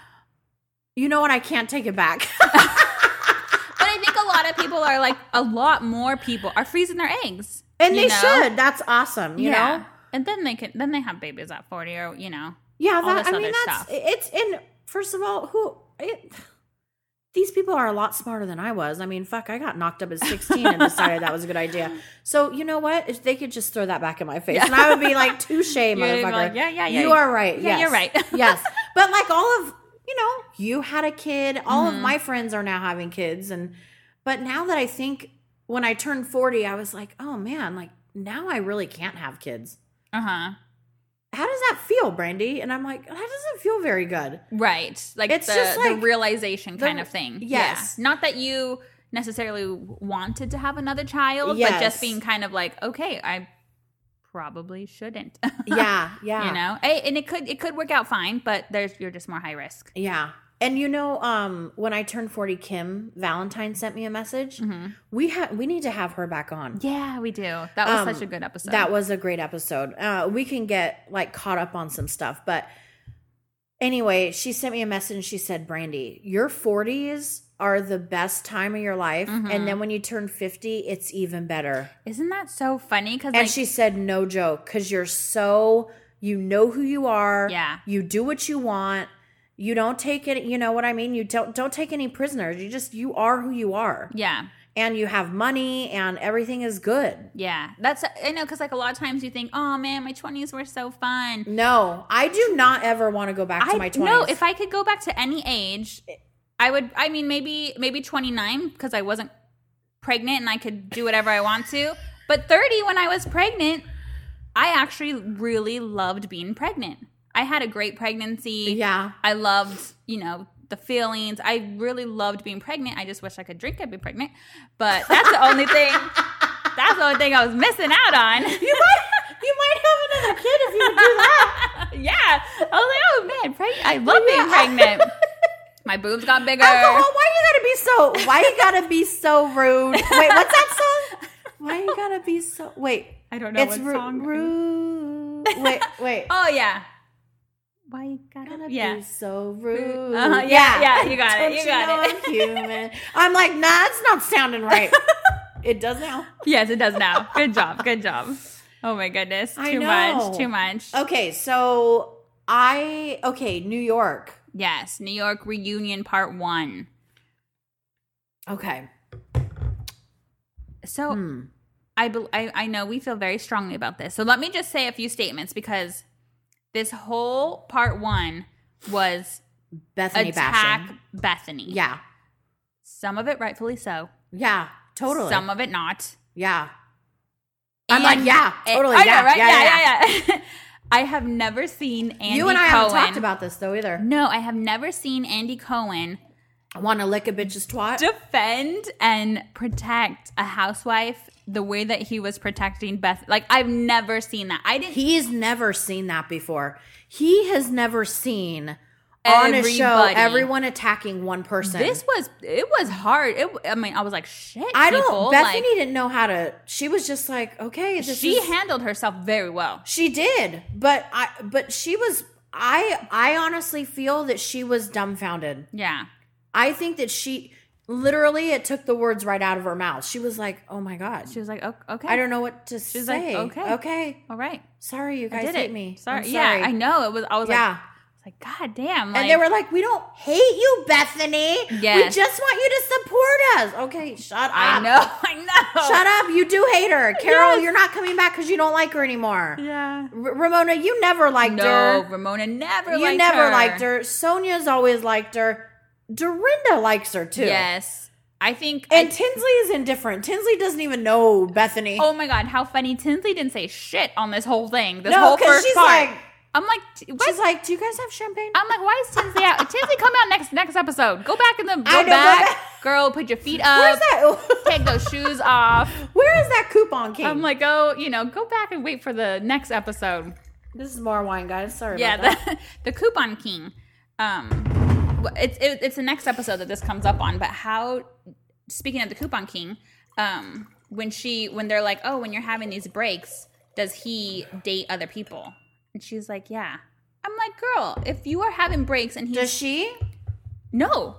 S2: You know what? I can't take it back.
S3: but I think a lot of people are like a lot more people are freezing their eggs.
S2: and
S3: you
S2: they
S3: know?
S2: should. That's awesome. You
S3: yeah.
S2: know?
S3: And then they can then they have babies at 40 or you know.
S2: Yeah,
S3: all
S2: that,
S3: this
S2: I mean
S3: other
S2: that's
S3: stuff.
S2: it's in first of all, who it, these people are a lot smarter than I was. I mean, fuck, I got knocked up at 16 and decided that was a good idea. So, you know what? If they could just throw that back in my face and I would be like, touche,
S3: gonna be
S2: motherfucker.
S3: like, yeah, yeah, yeah.
S2: You are right.
S3: Yeah,
S2: yes.
S3: you're right.
S2: yes. But like all of, you know, you had a kid. All
S3: Mm-hmm.
S2: of my friends are now having kids. And, but now that I think when I turned 40, I was like, oh man, like now I really can't have kids
S3: Uh-huh.
S2: how does that feel, Brandy? And I'm like, that doesn't feel very good.
S3: Right. Like
S2: It's
S3: the,
S2: just
S3: the
S2: like
S3: realization
S2: the-
S3: kind of thing.
S2: yes.
S3: Yeah. Not that you necessarily wanted to have another child, but
S2: Yes.
S3: just being kind of like, okay, I probably shouldn't.
S2: Yeah, yeah,
S3: You know? A- And it could it could work out fine, but there's you're just more high risk.
S2: yeah. And you know, um, when I turned 40, Kim Valentine sent me a message. We have we need to have her back on.
S3: Yeah, we do. That was
S2: Um,
S3: such a good episode.
S2: That was a great episode. Uh, we can get like caught up on some stuff, but anyway, she sent me a message. and She said, "Brandy, your 40s are the best time of your life, and then when you turn 50, it's even better."
S3: Isn't that so funny? Because
S2: And
S3: like,
S2: she said, no joke, because you're so, you know who you are.
S3: Yeah.
S2: You do what you want. You don't take it, you know what I mean? You don't don't take any prisoners. You just you are who you are.
S3: yeah.
S2: And you have money and everything is good.
S3: Yeah. That's I know because like a lot of times you think, oh man, my twenties were so fun.
S2: No, I do not ever want to go back to
S3: I
S2: my 20s.
S3: no, if I could go back to any age, I would. I mean, maybe maybe twenty nine because I wasn't pregnant and I could do whatever I want to. But thirty, when I was pregnant, I actually really loved being pregnant. I had a great pregnancy.
S2: Yeah.
S3: I loved, you know, the feelings. I really loved being pregnant. I just wish I could drink and be pregnant. But that's the only thing. That's the only thing I was missing out on. You might,
S2: You might have another kid if you would do that.
S3: yeah. I was like, oh man, preg- I love being pregnant. My boobs got bigger.
S2: Alcohol, why you gotta be so? Why you gotta be so rude? Wait, what's that song? Why you gotta be so? Wait,
S3: I don't know
S2: it's
S3: what
S2: ru-
S3: song.
S2: rude. Wait, wait.
S3: Oh yeah. Why you gotta?
S2: Gonna
S3: Yeah.
S2: be so rude.
S3: Uh-huh, yeah, yeah, you got it,
S2: Don't
S3: you got
S2: know
S3: it.
S2: I'm human. I'm like, nah, it's not sounding right. it does now.
S3: Yes, it does now. Good job. Good job. Oh my goodness. Too
S2: I
S3: much.
S2: know. Oh.
S3: Too much.
S2: Okay, so I okay, New York.
S3: Yes, New York reunion part one.
S2: Okay.
S3: So
S2: Hmm.
S3: I, bel I I know we feel very strongly about this. So let me just say a few statements because this whole part one was
S2: Bethany
S3: attack
S2: bashing.
S3: Bethany.
S2: Yeah.
S3: some of it rightfully so,
S2: Yeah. Totally.
S3: some of it not.
S2: yeah. I'm like,
S3: And-
S2: yeah,
S3: eh,
S2: totally.
S3: I know,
S2: yeah,
S3: right?
S2: yeah, yeah,
S3: yeah. I have never seen Andy.
S2: You and I haven't
S3: Cohen.
S2: talked about this though either.
S3: No, I have never seen Andy Cohen
S2: I want to lick a bitch's twat.
S3: defend and protect a housewife the way that he was protecting Beth. Like I've never seen that. I didn't.
S2: He's never seen that before. He has never seen on a show
S3: Everybody.
S2: everyone attacking one person.
S3: this was it was hard. It, I mean, I was like, shit.
S2: I don't.
S3: people.
S2: Bethany
S3: Like,
S2: didn't know how to. She was just like, okay, this
S3: she
S2: is-
S3: handled herself very well.
S2: She did, but I. But she was. I. I honestly feel that she was dumbfounded.
S3: Yeah.
S2: I think that she literally it took the words right out of her mouth. She was like, "Oh my god,
S3: She was like, "O- okay,
S2: I don't know what to
S3: was like,
S2: say."
S3: "Okay."
S2: okay,
S3: all right.
S2: sorry, you
S3: I
S2: guys
S3: did
S2: hate
S3: it.
S2: me. I'm
S3: Sorry.
S2: sorry.
S3: Yeah, I know. It was. I was
S2: Yeah.
S3: like, I was like, God damn. Like,
S2: and they were like, "We don't hate you, Bethany.
S3: Yes.
S2: We just want you to support us." Okay, shut up.
S3: I know. I know.
S2: Shut up. You do hate her, Carol.
S3: Yes.
S2: You're not coming back because you don't like her anymore.
S3: Yeah.
S2: R- Ramona, you never liked
S3: No,
S2: her.
S3: Ramona never.
S2: You
S3: liked
S2: never
S3: her.
S2: liked her. Sonia's always liked her. Dorinda likes her too.
S3: Yes. I think.
S2: And
S3: I-
S2: Tinsley is indifferent. Tinsley doesn't even know Bethany.
S3: oh my god, how funny! Tinsley didn't say shit on this whole thing. This
S2: no,
S3: whole first
S2: she's
S3: part.
S2: like,
S3: I'm like, t- what? Uh,
S2: she's like, do you guys have champagne?
S3: I'm like, why is Tinsley out? Tinsley, come out next next episode. Go back in the go
S2: know, go
S3: back,
S2: back.
S3: girl. Put your feet
S2: Where's
S3: up.
S2: that?
S3: Take those shoes off.
S2: Where is that coupon king?
S3: I'm like, go, you know, go back and wait for the next episode.
S2: this is more wine, guys. Sorry
S3: yeah,
S2: about that.
S3: the, the coupon king. Um, wh- it's it, it's the next episode that this comes up on. But how? Speaking of the coupon king, um, when she when they're like, oh, when you're having these breaks, does he date other people? And she's like, yeah. I'm like, girl, if you are having breaks and he's
S2: Does she?
S3: no.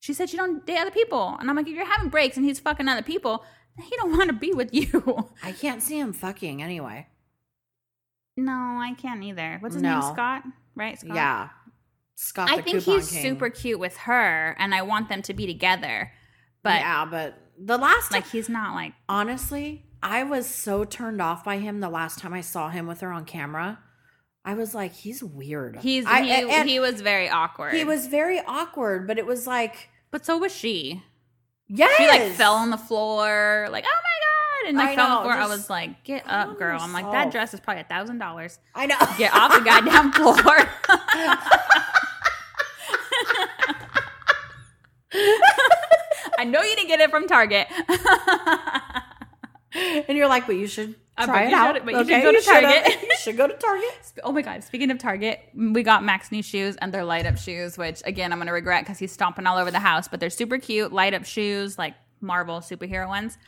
S3: She said she don't date other people, and I'm like, if you're having breaks and he's fucking other people, he don't want to be with you.
S2: I can't see him fucking anyway.
S3: no, I can't either. What's his
S2: No.
S3: name? Scott, right? Scott?
S2: Yeah. Scott
S3: I
S2: the
S3: think
S2: coupon
S3: he's
S2: king.
S3: super cute with her, and I want them to be together. But
S2: yeah, but the last
S3: like, he's not like
S2: honestly, I was so turned off by him the last time I saw him with her on camera. I was like, he's weird.
S3: he's
S2: I,
S3: he,
S2: and
S3: he was very awkward.
S2: he was very awkward, but it was like,
S3: but so was she.
S2: yes,
S3: She like fell on the floor, like oh my god, and like
S2: I
S3: fell on
S2: know,
S3: the floor. I
S2: just
S3: was like, get
S2: calm
S3: up, girl. I'm like that
S2: yourself.
S3: dress is probably a thousand dollars.
S2: I know.
S3: Get off the goddamn floor. I know you didn't get it from Target.
S2: and you're like, but you should
S3: Uh,
S2: try
S3: but
S2: it
S3: you
S2: out.
S3: should- but you should go to Target.
S2: you should go to Target.
S3: oh my god! Speaking of Target, we got Max new shoes and they're light up shoes, which again I'm gonna regret because he's stomping all over the house. But they're super cute, light up shoes, like Marvel superhero ones.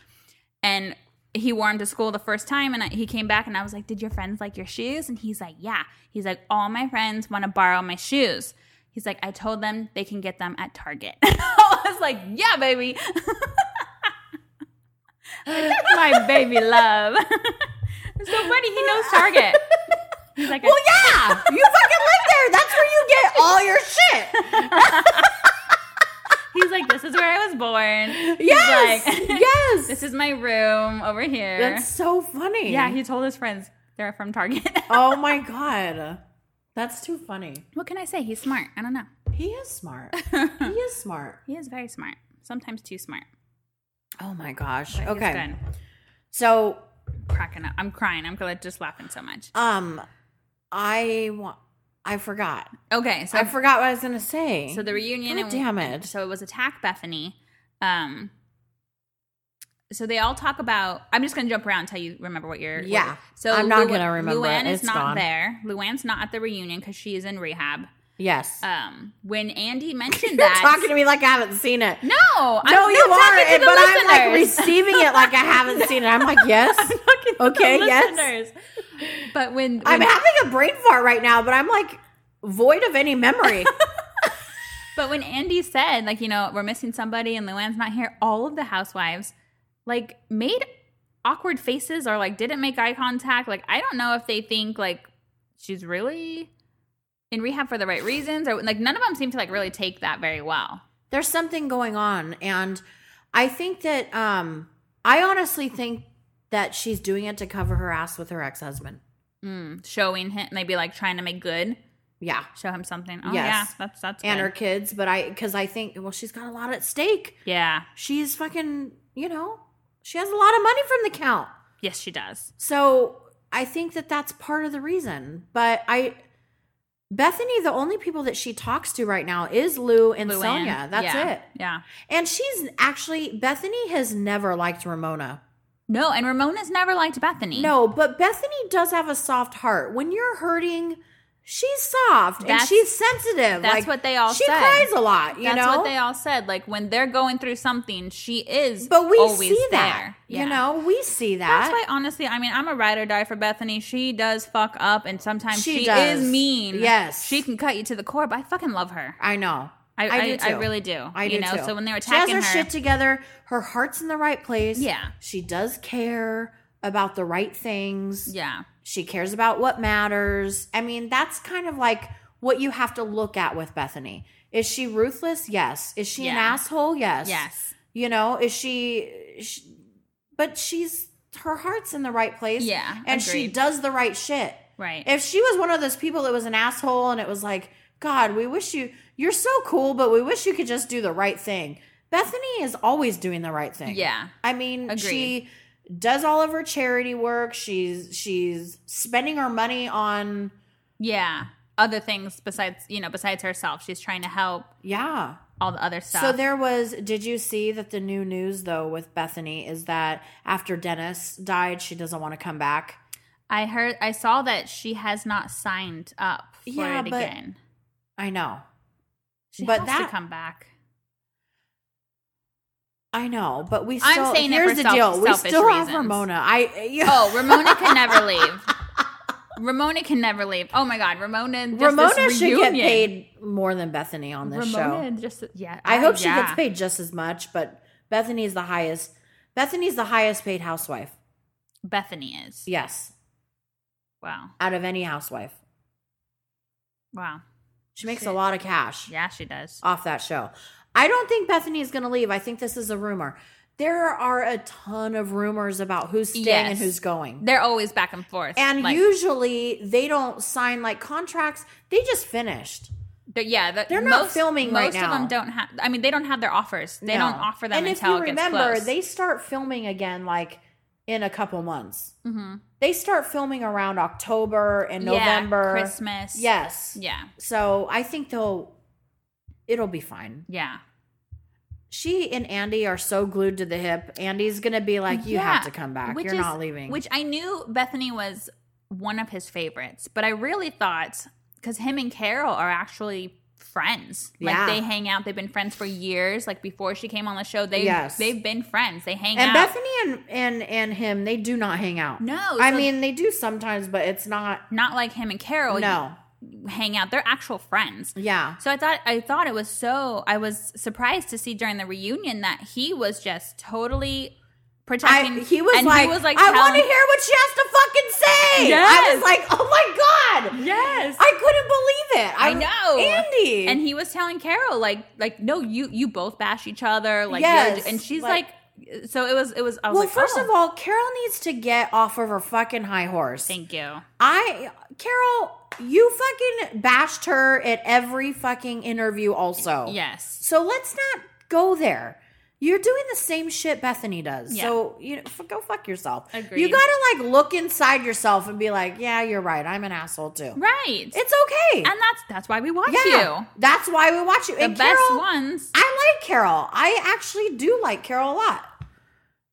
S3: And he wore them to school the first time, and I, he came back and I was like, "Did your friends like your shoes?" And he's like, "Yeah." He's like, "All my friends want to borrow my shoes." He's like, "I told them they can get them at Target." I was like, "Yeah, baby." That's my baby love. it's so funny. He knows Target. He's like,
S2: Well, yeah, you fucking live there. That's where you get all your shit.
S3: he's like, this is where I was born. He's
S2: Yes,
S3: like,
S2: yes.
S3: This is my room over here.
S2: That's so funny.
S3: yeah, he told his friends they're from Target.
S2: oh my god, that's too funny.
S3: what can I say? He's smart. I don't know.
S2: He is smart. he is smart.
S3: He is very smart. Sometimes too smart.
S2: Oh my gosh.
S3: But
S2: okay.
S3: He's good.
S2: So,
S3: Cracking up. I'm crying. I'm gonna- just laughing so much.
S2: um I want. I forgot.
S3: Okay, so
S2: I forgot what I was gonna say.
S3: so the reunion
S2: God
S3: and
S2: damn it.
S3: So it was attack Bethany. Um. So they all talk about. I'm just gonna jump around until you remember what you're. what
S2: Yeah,
S3: you're- so
S2: I'm not
S3: Lu-
S2: gonna remember
S3: Luann
S2: it.
S3: is
S2: It's
S3: not
S2: gone.
S3: there. Luann's not at the reunion because she is in rehab.
S2: yes,
S3: Um. When Andy mentioned
S2: you're
S3: that,
S2: talking to me like I haven't seen it.
S3: no, I'm
S2: no,
S3: still
S2: you are,
S3: talking to
S2: and-
S3: the
S2: but I'm like
S3: listeners.
S2: receiving it like I haven't seen it. I'm like, yes, okay,
S3: The
S2: yes.
S3: listeners. But when, when
S2: I'm having a brain fart right now, but I'm like void of any memory.
S3: But when Andy said, like, you know, we're missing somebody and Luann's not here, all of the housewives, like, made awkward faces or, like, didn't make eye contact. Like, I don't know if they think, like, she's really in rehab for the right reasons or, like, none of them seem to, like, really take that very well.
S2: There's something going on, and I think that um, I honestly think that she's doing it to cover her ass with her ex husband. Hmm.
S3: Mm, showing him, maybe, like, trying to make good,
S2: Yeah,
S3: show him something. Oh,
S2: Yes.
S3: yeah. That's, that's,
S2: and
S3: good.
S2: her kids, but I because I think well, she's got a lot at stake.
S3: yeah.
S2: She's fucking, you know, she has a lot of money from the count.
S3: Yes, she does.
S2: So I think that that's part of the reason. But I, Bethany, the only people that she talks to right now is Lou and
S3: Luann.
S2: Sonia. That's
S3: Yeah.
S2: it.
S3: Yeah.
S2: And she's actually, Bethany has never liked Ramona.
S3: Mm-hmm. No, and Ramona's never liked Bethany.
S2: No, but Bethany does have a soft heart. When you're hurting, she's soft and
S3: That's-
S2: she's sensitive.
S3: that's
S2: Like,
S3: what they all
S2: she
S3: said.
S2: cries a lot, you
S3: That's
S2: know?
S3: what they all said. Like when they're going through something, she is.
S2: but we
S3: always
S2: see that.
S3: there. Yeah.
S2: You know, we see
S3: That's
S2: that.
S3: why, honestly, I mean, I'm a ride or die for Bethany. She does fuck up, and sometimes
S2: She
S3: she,
S2: does.
S3: is mean.
S2: Yes.
S3: she can cut you to the core, but I fucking love her.
S2: I know.
S3: I, I,
S2: do
S3: I
S2: too.
S3: really do.
S2: I do
S3: you know.
S2: too.
S3: So when they were
S2: she has
S3: attacking
S2: her,
S3: her,
S2: shit together, her heart's in the right place.
S3: Yeah.
S2: she does care about the right things.
S3: yeah,
S2: she cares about what matters. I mean, that's kind of like what you have to look at with Bethany. Is she ruthless? Yes. Is she an
S3: Yeah.
S2: asshole? Yes.
S3: yes,
S2: You know, is she? sh but she's her heart's in the right place.
S3: Yeah,
S2: and she
S3: agreed.
S2: does the right shit.
S3: right.
S2: If she was one of those people that was an asshole and it was like, God, we wish you, you're so cool, but we wish you could just do the right thing. Bethany is always doing the right thing.
S3: yeah,
S2: I mean,
S3: Agreed.
S2: she does all of her charity work. She's she's spending her money on
S3: yeah. Other things besides you know besides herself, she's trying to help
S2: yeah.
S3: all the other stuff.
S2: So there was did you see that the new news though with Bethany is that after Dennis died, she doesn't want to come back.
S3: I heard, I saw that she has not signed up for
S2: Yeah,
S3: it
S2: but-
S3: again.
S2: I know.
S3: She
S2: but
S3: has
S2: that-
S3: to come back.
S2: I know, but we
S3: I'm
S2: still
S3: saying it
S2: here's
S3: for
S2: the
S3: self-
S2: deal. We
S3: selfish
S2: still have
S3: reasons.
S2: Ramona. I you
S3: Oh, Ramona can never leave. Ramona can never leave. Oh my God, Ramona! Just
S2: Ramona
S3: this
S2: should get
S3: reunion.
S2: paid more than Bethany on this show.
S3: Ramona just yeah.
S2: I
S3: uh,
S2: hope she
S3: yeah.
S2: gets paid just as much, but Bethany's the highest. Bethany's the highest paid housewife.
S3: Bethany is.
S2: Yes,
S3: Wow.
S2: out of any housewife.
S3: Wow.
S2: She makes a
S3: Shit.
S2: lot of cash
S3: Yeah, she does.
S2: off that show. I don't think Bethany is going to leave. I think this is a rumor. There are a ton of rumors about who's staying and
S3: Yes.
S2: who's going.
S3: They're always back and forth.
S2: And
S3: like,
S2: usually they don't sign like contracts. They just finished.
S3: they're, yeah, the,
S2: they're not
S3: most-
S2: filming right
S3: Most of
S2: now.
S3: them don't have. I mean, they don't have their offers. They
S2: No.
S3: don't offer them
S2: And if
S3: until
S2: you
S3: it gets
S2: remember,
S3: close.
S2: they start filming again like in a couple months.
S3: Mhm.
S2: They start filming around October and
S3: Yeah,
S2: November.
S3: Christmas.
S2: Yes.
S3: Yeah.
S2: So I think they'll it'll be fine.
S3: Yeah.
S2: She and Andy are so glued to the hip. Andy's gonna be like, You
S3: Yeah,
S2: have to come back. You're
S3: is-
S2: not leaving.
S3: Which I knew Bethany was one of his favorites, but I really thought because him and Carol are actually friends. Like
S2: Yeah.
S3: they hang out. They've been friends for years. Like before she came on the show, they
S2: Yes.
S3: they've been friends. They hang
S2: and
S3: out.
S2: Bethany and, and and him, they do not hang out.
S3: no,
S2: I
S3: so Oh,
S2: mean they do sometimes, but it's not
S3: not like him and Carol.
S2: no.
S3: hang out. They're actual friends.
S2: Yeah.
S3: So I thought I thought it was so I was surprised to see during the reunion that he was just totally
S2: I,
S3: protecting.
S2: he was
S3: and
S2: like, I want to
S3: telling-
S2: hear what she has to fucking say. I
S3: Yes.
S2: was like, oh my god,
S3: Yes.
S2: I couldn't believe it.
S3: I know.
S2: Andy,
S3: and he was telling Carol like like no you you both bash each other like
S2: Yes,
S3: you're- and she's
S2: like-
S3: like, so it was it was I was
S2: well,
S3: like,
S2: first
S3: oh,
S2: of all, Carol needs to get off of her fucking high horse.
S3: thank you
S2: I, Carol, you fucking bashed Oh. her at every fucking interview, also.
S3: yes
S2: So let's not go there. You're doing the same shit Bethany does.
S3: Yeah.
S2: So you know, f- go fuck yourself.
S3: Agreed.
S2: You gotta like look inside yourself and be like, yeah, you're right. I'm an asshole too.
S3: Right.
S2: It's okay.
S3: and that's that's why we watch you.
S2: That's why we watch you.
S3: The
S2: and
S3: best
S2: Carol,
S3: ones.
S2: I like Carol. I actually do like Carol a lot.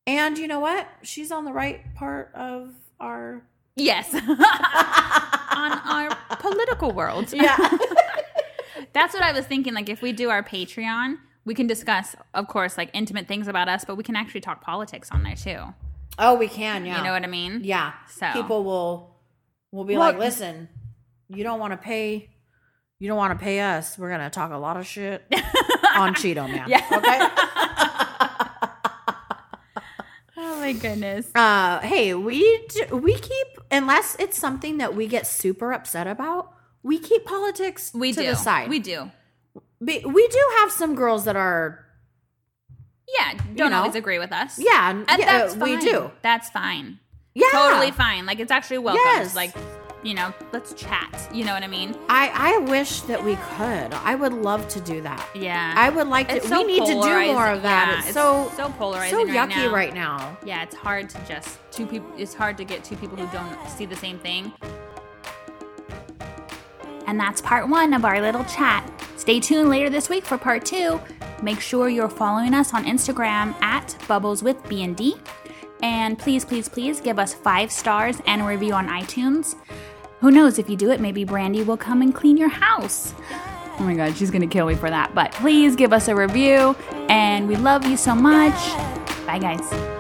S2: And you know what? She's on the right part of our.
S3: Yes. On our political world.
S2: Yeah.
S3: That's what I was thinking. Like, if we do our Patreon, we can discuss, of course, like intimate things about us, but we can actually talk politics on there too.
S2: oh, we can. Yeah.
S3: You know what I mean?
S2: Yeah.
S3: So-
S2: people will will be
S3: Well-
S2: like, listen, you don't want to pay. You don't want to pay us. We're gonna talk a lot of shit on Cheeto Man.
S3: Yeah.
S2: Okay.
S3: Oh my goodness.
S2: Uh, hey, we d- we keep unless it's something that we get super upset about, we keep politics
S3: We
S2: to
S3: do.
S2: the side.
S3: We do.
S2: Be- we do have some girls that are
S3: Yeah. Don't
S2: know.
S3: always agree with us.
S2: yeah, n-
S3: And
S2: yeah, uh,
S3: that's fine.
S2: we do
S3: That's fine.
S2: yeah
S3: Totally fine. Like, it's actually welcome.
S2: Yes.
S3: Like, you know, let's chat. You know what I mean?
S2: I I wish that we could. I would love to do that.
S3: Yeah.
S2: I would like to.
S3: It's so
S2: we need to do
S3: polarizing.
S2: more of that.
S3: Yeah,
S2: it's, so
S3: so polarizing.
S2: so
S3: right
S2: yucky
S3: now.
S2: right now.
S3: Yeah, it's hard to just two people. It's hard to get two people who don't see the same thing. And that's part one of our little chat. Stay tuned later this week for part two. Make sure you're following us on Instagram at Bubbles with B and D, and please, please, please give us five stars and a review on iTunes. Who knows if you do it, maybe Brandy will come and clean your house. Oh my God, she's gonna kill me for that. But please give us a review, and we love you so much. Bye, guys.